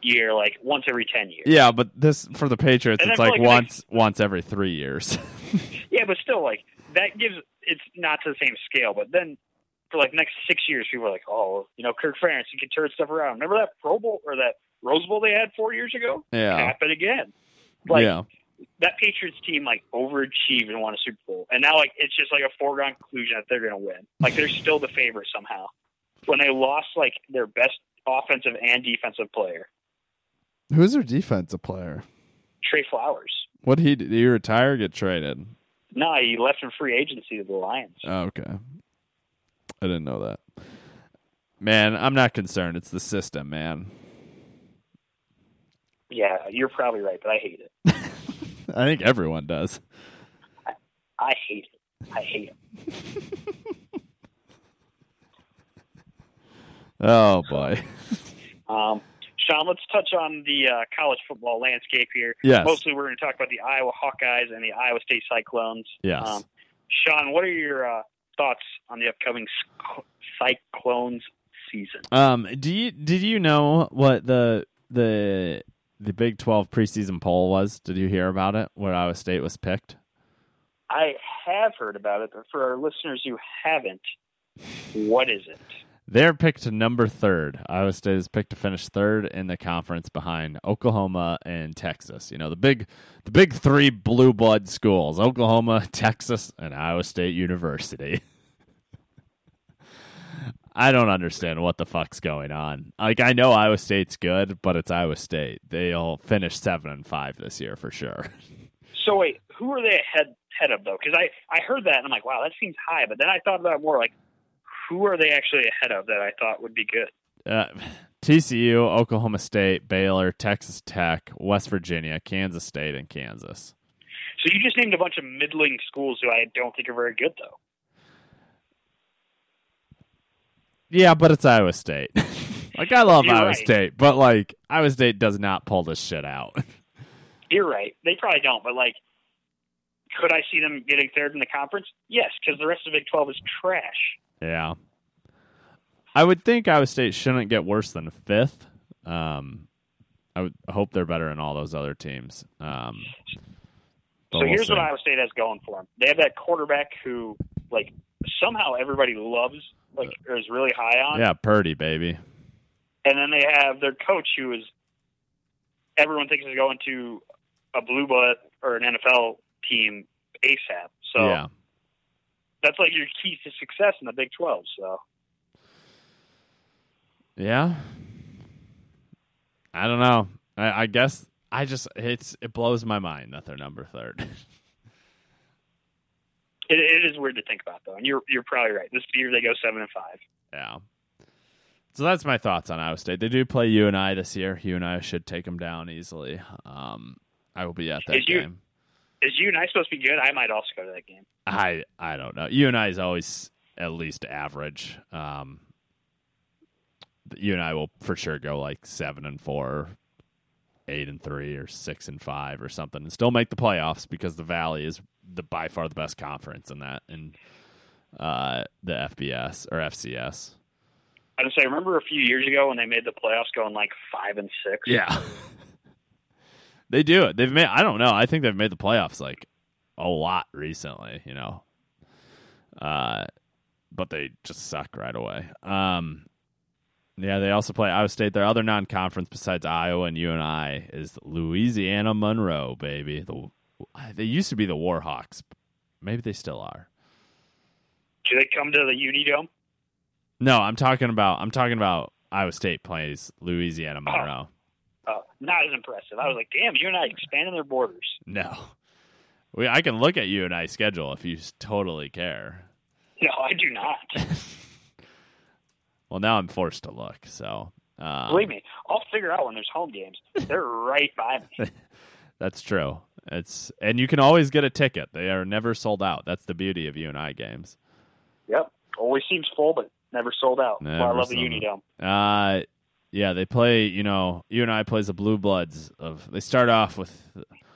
[SPEAKER 2] year like once every ten years.
[SPEAKER 3] yeah, but this for the Patriots,
[SPEAKER 2] And
[SPEAKER 3] it's
[SPEAKER 2] I feel
[SPEAKER 3] like,
[SPEAKER 2] like the
[SPEAKER 3] once once every three years.
[SPEAKER 2] Yeah, but still like that gives it's not to the same scale. But then for like next six years, people are like, oh, you know, Kirk Ferentz, he can turn stuff around. Remember that Pro Bowl or that Rose Bowl they had four years ago?
[SPEAKER 3] yeah,
[SPEAKER 2] happen again. Like
[SPEAKER 3] yeah,
[SPEAKER 2] that Patriots team like overachieved and won a Super Bowl. And now like it's just like a foregone conclusion that they're gonna win. Like they're still the favorite somehow. When they lost like their best offensive and defensive player,
[SPEAKER 3] who's their defensive player?
[SPEAKER 2] Trey Flowers.
[SPEAKER 3] What he did he retire? or Get traded?
[SPEAKER 2] No, he left in free agency to the Lions.
[SPEAKER 3] Oh, okay. I didn't know that. Man, I'm not concerned. It's the system, man.
[SPEAKER 2] yeah, you're probably right, but I hate it.
[SPEAKER 3] I think everyone does.
[SPEAKER 2] I hate it. I hate it.
[SPEAKER 3] Oh boy.
[SPEAKER 2] Um Sean, let's touch on the uh, college football landscape here.
[SPEAKER 3] Yes.
[SPEAKER 2] Mostly, we're going to talk about the Iowa Hawkeyes and the Iowa State Cyclones.
[SPEAKER 3] Yes.
[SPEAKER 2] Um, Sean, what are your uh, thoughts on the upcoming sc- Cyclones season?
[SPEAKER 3] Um, do you did you know what the the the Big Twelve preseason poll was? Did you hear about it? Where Iowa State was picked?
[SPEAKER 2] I have heard about it, but for our listeners who haven't, what is it?
[SPEAKER 3] They're picked to number third. Iowa State is picked to finish third in the conference behind Oklahoma and Texas. You know, the big the big three blue blood schools, Oklahoma, Texas, and Iowa State University. I don't understand what the fuck's going on. Like I know Iowa State's good, but it's Iowa State. They'll finish seven and five this year for sure.
[SPEAKER 2] So wait, who are they ahead ahead of though? Because I I heard that and I'm like, wow, that seems high. But then I thought about it more like, who are they actually ahead of that I thought would be good?
[SPEAKER 3] uh, TCU, Oklahoma State, Baylor, Texas Tech, West Virginia, Kansas State, and Kansas.
[SPEAKER 2] So you just named a bunch of middling schools who I don't think are very good though.
[SPEAKER 3] Yeah, but it's Iowa State. like I love
[SPEAKER 2] You're
[SPEAKER 3] Iowa
[SPEAKER 2] right.
[SPEAKER 3] State, but like Iowa State does not pull this shit out.
[SPEAKER 2] You're right. They probably don't, but like Could I see them getting third in the conference? Yes, because the rest of the Big 12 is trash.
[SPEAKER 3] Yeah. I would think Iowa State shouldn't get worse than fifth. Um, I would hope they're better than all those other teams. Um, but
[SPEAKER 2] so
[SPEAKER 3] we'll
[SPEAKER 2] here's
[SPEAKER 3] see.
[SPEAKER 2] what Iowa State has going for them. They have that quarterback who, like, somehow everybody loves, like, or is really high on.
[SPEAKER 3] Uh, yeah, Purdy, baby.
[SPEAKER 2] And then they have their coach who is everyone thinks is going to a blue blood or an NFL team ASAP. So
[SPEAKER 3] yeah,
[SPEAKER 2] that's like your keys to success in the Big 12. So
[SPEAKER 3] yeah. I don't know. I, I guess I just it's it blows my mind that they're number third.
[SPEAKER 2] it, it is weird to think about, though. And you're you're probably right. This year they go seven and five.
[SPEAKER 3] yeah. So that's my thoughts on Iowa State. They do play U and I this year. U and I should take them down easily. Um, I will be at that
[SPEAKER 2] Is U-
[SPEAKER 3] game.
[SPEAKER 2] Is you and I supposed to be good? I might also go to that game.
[SPEAKER 3] I I don't know. You and I is always at least average. Um, you and I will for sure go like seven and four, eight and three, or six and five, or something, and still make the playoffs because the Valley is the by far the best conference in that in uh, the FBS or FCS.
[SPEAKER 2] I just I remember a few years ago when they made the playoffs going like five and six.
[SPEAKER 3] Yeah. they do it. They've made I don't know. I think they've made the playoffs like a lot recently, you know. Uh but they just suck right away. Um yeah, they also play Iowa State. Their other non-conference besides Iowa and you and I is Louisiana Monroe, baby. The they used to be the Warhawks. Maybe they still are.
[SPEAKER 2] Do they come to the Uni Dome?
[SPEAKER 3] No, I'm talking about I'm talking about Iowa State plays Louisiana Monroe.
[SPEAKER 2] Oh, not as impressive. I was like, damn, you and I expanding their borders.
[SPEAKER 3] No. We, I can look at you and I schedule if you s- totally care.
[SPEAKER 2] No, I do not.
[SPEAKER 3] Well, now I'm forced to look. So um,
[SPEAKER 2] Believe me, I'll figure out when there's home games. They're right by me.
[SPEAKER 3] that's true. It's and you can always get a ticket. They are never sold out. That's the beauty of you and I games.
[SPEAKER 2] Yep. Always seems full, but never sold out.
[SPEAKER 3] Never
[SPEAKER 2] well, I love the
[SPEAKER 3] sold
[SPEAKER 2] Uni Dome.
[SPEAKER 3] Uh, yeah, they play. You know, you and I plays the Blue Bloods of. They start off with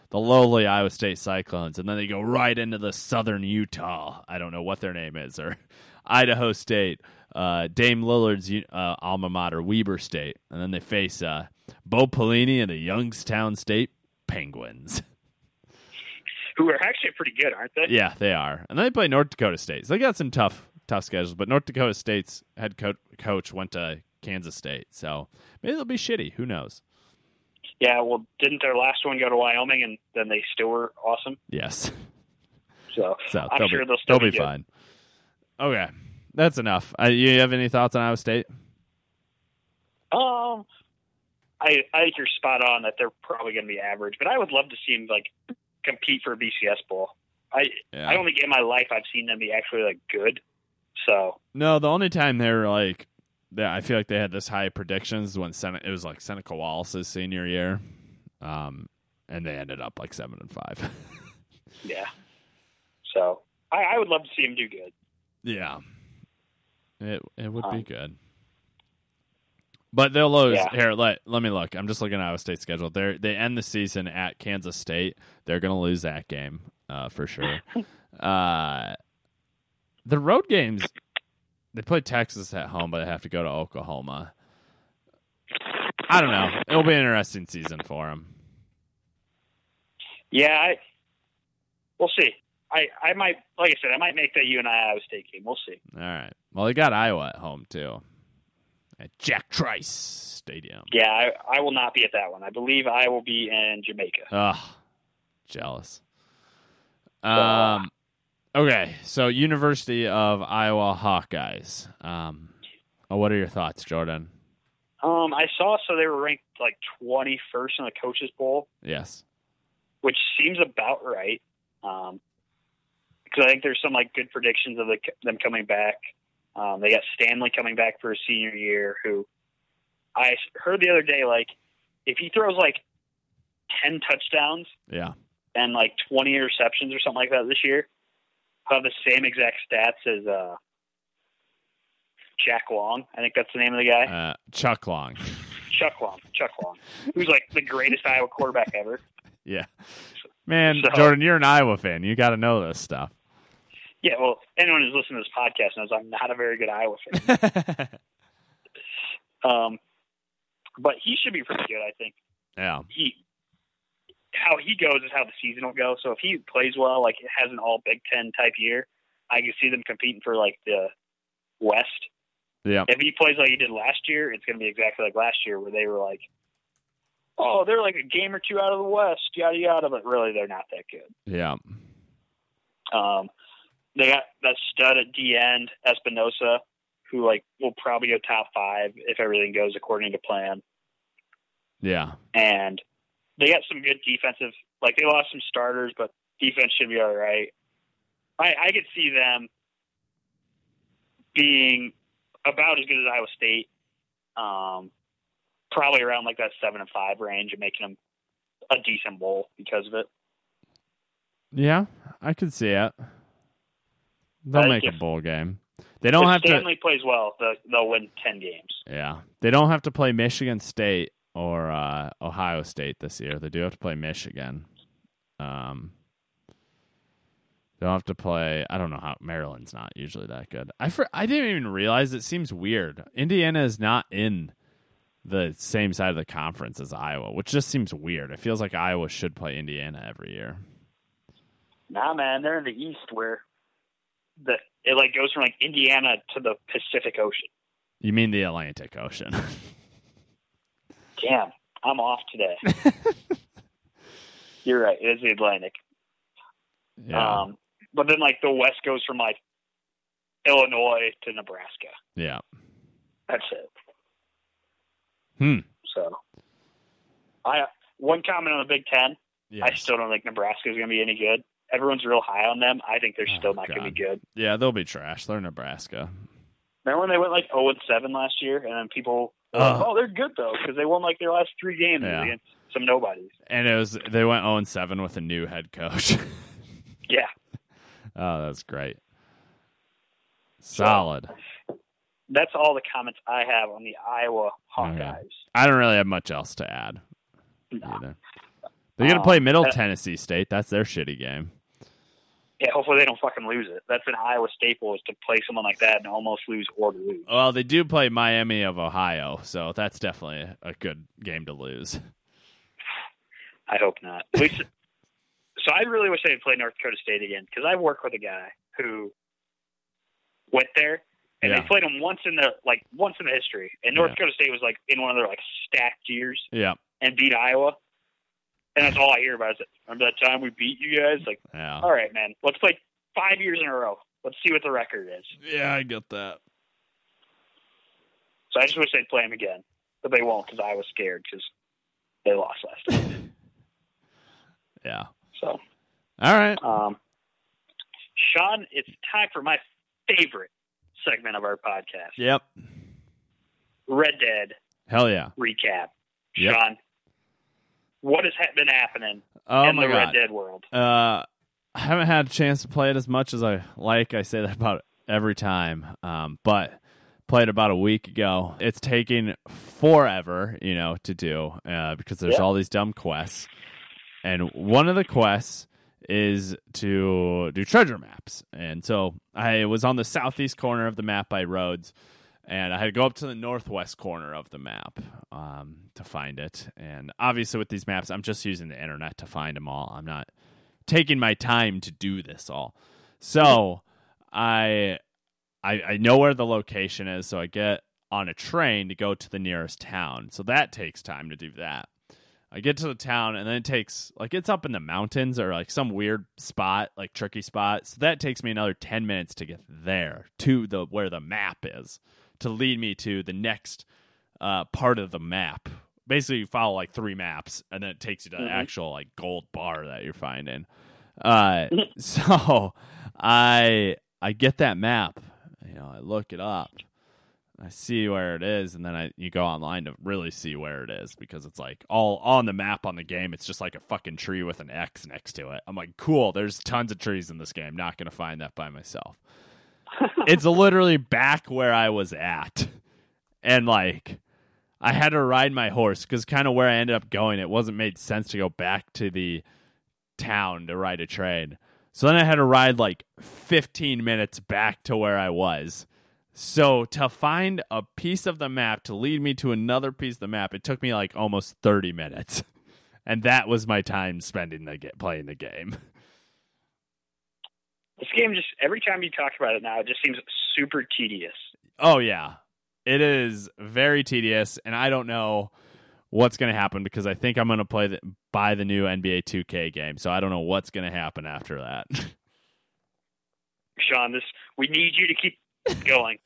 [SPEAKER 3] the lowly Iowa State Cyclones, and then they go right into the Southern Utah. I don't know what their name is, or Idaho State, uh, Dame Lillard's uh, alma mater, Weber State, and then they face uh, Bo Pelini and the Youngstown State Penguins.
[SPEAKER 2] Who are actually pretty good, aren't they?
[SPEAKER 3] Yeah, they are. And then they play North Dakota State. So they got some tough, tough schedules. But North Dakota State's head co- coach went to Kansas State, so maybe they'll be shitty. Who knows?
[SPEAKER 2] Yeah, well, didn't their last one go to Wyoming and then they still were awesome?
[SPEAKER 3] Yes,
[SPEAKER 2] So
[SPEAKER 3] so
[SPEAKER 2] I'm
[SPEAKER 3] they'll
[SPEAKER 2] sure
[SPEAKER 3] be,
[SPEAKER 2] they'll still
[SPEAKER 3] be,
[SPEAKER 2] be good.
[SPEAKER 3] fine. Okay, that's enough. Uh, you have any thoughts on Iowa State?
[SPEAKER 2] um, I I think you're spot on that they're probably going to be average, but I would love to see them like compete for a BCS bowl. I
[SPEAKER 3] Yeah.
[SPEAKER 2] I don't think in my life I've seen them be actually like good. So
[SPEAKER 3] No, the only time they were like, yeah, I feel like they had this high predictions is when Sen- it was like Seneca Wallace's senior year, um, and they ended up like seven and five.
[SPEAKER 2] yeah, so I, I would love to see them do good.
[SPEAKER 3] Yeah. It it would be
[SPEAKER 2] Um,
[SPEAKER 3] good. But they'll lose.
[SPEAKER 2] Yeah.
[SPEAKER 3] Here, let let me look. I'm just looking at Iowa State's schedule. They they end the season at Kansas State. They're going to lose that game uh, for sure. uh, the road games, they play Texas at home, but they have to go to Oklahoma. I don't know. It'll be an interesting season for them.
[SPEAKER 2] Yeah, I, we'll see. I, I might, like I said, I might make that you and I Iowa State game. We'll see.
[SPEAKER 3] All right. Well, they got Iowa at home too, at Jack Trice Stadium.
[SPEAKER 2] Yeah, I, I will not be at that one. I believe I will be in Jamaica.
[SPEAKER 3] Ugh, jealous. Um, okay, so University of Iowa Hawkeyes. Um, oh, what are your thoughts, Jordan?
[SPEAKER 2] Um, I saw so they were ranked like 21st in the coaches bowl,
[SPEAKER 3] Yes.
[SPEAKER 2] which seems about right. Um, because I think there's some like good predictions of the, them coming back. Um, they got Stanley coming back for his senior year, who I s- heard the other day like if he throws like 10 touchdowns.
[SPEAKER 3] Yeah.
[SPEAKER 2] and like 20 interceptions or something like that this year. He'll Have the same exact stats as uh, Jack Long. I think that's the name of the guy.
[SPEAKER 3] Uh, Chuck Long.
[SPEAKER 2] Chuck Long. Chuck Long, who's like the greatest Iowa quarterback ever.
[SPEAKER 3] Yeah. Man,
[SPEAKER 2] So-
[SPEAKER 3] Jordan, you're an Iowa fan. You got to know this stuff.
[SPEAKER 2] Yeah, well, anyone who's listening to this podcast knows I'm not a very good Iowa fan. Um, but he should be pretty good, I think.
[SPEAKER 3] yeah.
[SPEAKER 2] He how he goes is how the season will go. So if he plays well, like has an all Big Ten type year, I can see them competing for like the West.
[SPEAKER 3] Yeah.
[SPEAKER 2] If he plays like he did last year, it's going to be exactly like last year where they were like, oh, they're like a game or two out of the West, yada yada, but really they're not that good.
[SPEAKER 3] Yeah.
[SPEAKER 2] Um, they got that stud at D end, Espinosa, who like will probably go top five if everything goes according to plan.
[SPEAKER 3] Yeah.
[SPEAKER 2] and they got some good defensive. Like they lost some starters, but defense should be all right. I, I could see them being about as good as Iowa State, um, probably around like that seven and five range, and making them a decent bowl because of it.
[SPEAKER 3] Yeah. I could see it. They'll
[SPEAKER 2] I
[SPEAKER 3] make a
[SPEAKER 2] just-
[SPEAKER 3] bowl game. They don't
[SPEAKER 2] if
[SPEAKER 3] have to.
[SPEAKER 2] Stanley plays well, the, they'll win ten games.
[SPEAKER 3] Yeah. They don't have to play Michigan State or uh, Ohio State this year. They do have to play Michigan. Um, they don't have to play. I don't know how Maryland's not usually that good. I for, I didn't even realize it seems weird. Indiana is not in the same side of the conference as Iowa, which just seems weird. It feels like Iowa should play Indiana every year.
[SPEAKER 2] Nah, man, they're in the East where the it like goes from like Indiana to the Pacific Ocean.
[SPEAKER 3] You mean the Atlantic Ocean?
[SPEAKER 2] Damn, I'm off today. You're right. It is the Atlantic.
[SPEAKER 3] yeah.
[SPEAKER 2] Um, but then like the West goes from like Illinois to Nebraska.
[SPEAKER 3] yeah.
[SPEAKER 2] That's it.
[SPEAKER 3] Hmm.
[SPEAKER 2] So I one comment on the Big Ten. I
[SPEAKER 3] Yes.
[SPEAKER 2] still don't think Nebraska is going to be any good. Everyone's real high on them. I think they're
[SPEAKER 3] Oh,
[SPEAKER 2] still not going to
[SPEAKER 3] God.
[SPEAKER 2] be good.
[SPEAKER 3] yeah, they'll be trash. They're Nebraska.
[SPEAKER 2] Remember when they went like 0 7 last year, and then people, were like,
[SPEAKER 3] Ugh.
[SPEAKER 2] oh, they're good though because they won like their last three games
[SPEAKER 3] Uh-huh. Yeah.
[SPEAKER 2] against some nobodies.
[SPEAKER 3] And it was they went 0 7 with a new head coach.
[SPEAKER 2] Yeah,
[SPEAKER 3] oh, that's great. Solid.
[SPEAKER 2] that's all the comments I have on the Iowa Hawkeyes.
[SPEAKER 3] I don't really have much else to add either. They're gonna
[SPEAKER 2] Um,
[SPEAKER 3] play Middle
[SPEAKER 2] uh,
[SPEAKER 3] Tennessee State. That's their shitty game.
[SPEAKER 2] Yeah, hopefully they don't fucking lose it. That's an Iowa staple is to play someone like that and almost lose or to lose.
[SPEAKER 3] Well, they do play Miami of Ohio, so that's definitely a good game to lose.
[SPEAKER 2] I hope not. At least, so I really wish they had played North Dakota State again because I work with a guy who went there and
[SPEAKER 3] Yeah.
[SPEAKER 2] they played them once in the like once in the history. And North
[SPEAKER 3] Yeah.
[SPEAKER 2] Dakota State was like in one of their like stacked years
[SPEAKER 3] Yeah.
[SPEAKER 2] and beat Iowa. And that's all I hear about is that, remember that time we beat you guys? Like,
[SPEAKER 3] Yeah.
[SPEAKER 2] all right, man, let's play five years in a row. Let's see what the record is.
[SPEAKER 3] Yeah, I get that.
[SPEAKER 2] So I just wish they'd play him again, but they won't because I was scared because they lost last time.
[SPEAKER 3] Yeah.
[SPEAKER 2] So,
[SPEAKER 3] All right.
[SPEAKER 2] um, Sean, it's time for my favorite segment of our podcast,
[SPEAKER 3] Yep.
[SPEAKER 2] Red Dead
[SPEAKER 3] Hell yeah.
[SPEAKER 2] recap.
[SPEAKER 3] Yep.
[SPEAKER 2] Sean, what has ha- been happening
[SPEAKER 3] Oh
[SPEAKER 2] in
[SPEAKER 3] my
[SPEAKER 2] the
[SPEAKER 3] god.
[SPEAKER 2] Red Dead world?
[SPEAKER 3] Uh, I haven't had a chance to play it as much as I like. I say that about every time. Um, but played about a week ago. It's taking forever, you know, to do uh, because there's
[SPEAKER 2] Yeah.
[SPEAKER 3] all these dumb quests. And one of the quests is to do treasure maps. And so I was on the southeast corner of the map by roads, and I had to go up to the northwest corner of the map um, to find it. And obviously, with these maps, I'm just using the internet to find them all. I'm not taking my time to do this all. So I, I I know where the location is, so I get on a train to go to the nearest town. So that takes time to do that. I get to the town and then it takes like it's up in the mountains or like some weird spot, like tricky spot. So that takes me another 10 minutes to get there to the where the map is to lead me to the next uh, part of the map. Basically, you follow like three maps and then it takes you to the
[SPEAKER 2] Mhm.
[SPEAKER 3] actual like gold bar that you're finding. Uh, so I I get that map, you know, I look it up. I see where it is, and then I you go online to really see where it is because it's like all on the map on the game. It's just like a fucking tree with an X next to it. I'm like, cool. There's tons of trees in this game. Not gonna find that by myself. it's literally back where I was at, and like I had to ride my horse because kind of where I ended up going, it wasn't made sense to go back to the town to ride a train. So then I had to ride like 15 minutes back to where I was. So to find a piece of the map to lead me to another piece of the map, it took me like almost 30 minutes. And that was my time spending the get playing the game.
[SPEAKER 2] This game just every time you talk about it now, it just seems super tedious.
[SPEAKER 3] Oh yeah. It is very tedious and I don't know what's going to happen because I think I'm going to play the, buy the new NBA 2K game. So I don't know what's going to happen after that.
[SPEAKER 2] Sean, this we need you to keep going.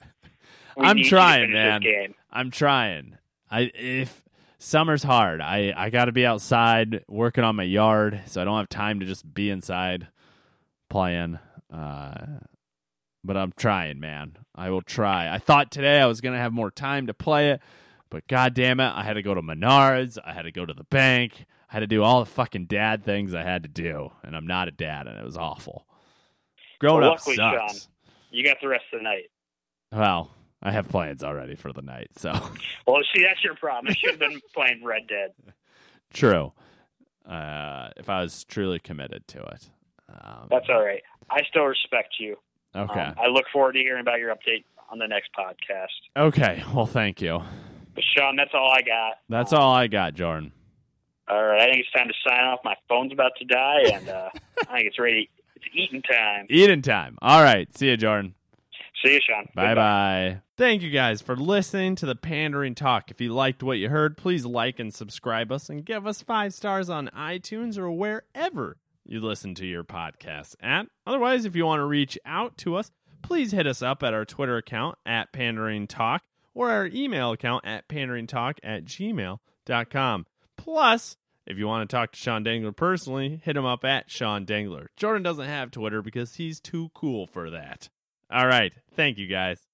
[SPEAKER 2] We
[SPEAKER 3] I'm
[SPEAKER 2] need you to
[SPEAKER 3] trying,
[SPEAKER 2] finish
[SPEAKER 3] man.
[SPEAKER 2] This game.
[SPEAKER 3] I'm trying. I if summer's hard. I I got to be outside working on my yard, so I don't have time to just be inside playing. Uh, but I'm trying, man. I will try. I thought today I was gonna have more time to play it, but god damn it, I had to go to Menards. I had to go to the bank. I had to do all the fucking dad things I had to do, and I'm not a dad, and it was awful. Growing
[SPEAKER 2] Well,
[SPEAKER 3] up
[SPEAKER 2] luckily,
[SPEAKER 3] sucks.
[SPEAKER 2] John, You got the rest of the night.
[SPEAKER 3] Well, I have plans already for the night, so.
[SPEAKER 2] Well, see, that's your problem. I should have been playing Red Dead.
[SPEAKER 3] True. Uh, if I was truly committed to it. Um,
[SPEAKER 2] That's all right. I still respect you.
[SPEAKER 3] Okay.
[SPEAKER 2] Um, I look forward to hearing about your update on the next podcast.
[SPEAKER 3] okay. Well, thank you.
[SPEAKER 2] But Sean, that's all I got.
[SPEAKER 3] That's
[SPEAKER 2] Um,
[SPEAKER 3] all I got, Jordan.
[SPEAKER 2] All right, I think it's time to sign off. My phone's about to die, and uh, I think it's ready. It's eating time.
[SPEAKER 3] Eating time. All right. See you, Jordan.
[SPEAKER 2] See you, Sean.
[SPEAKER 3] Bye bye. Thank you guys for listening to the Pandering Talk. If you liked what you heard, please like and subscribe us and give us five stars on iTunes or wherever you listen to your podcasts at. Otherwise, if you want to reach out to us, please hit us up at our Twitter account at Pandering Talk or our email account at panderingtalk at gmail.com. Plus, if you want to talk to Sean Dangler personally, hit him up at Sean Dangler. Jordan doesn't have Twitter because he's too cool for that. All right. Thank you guys.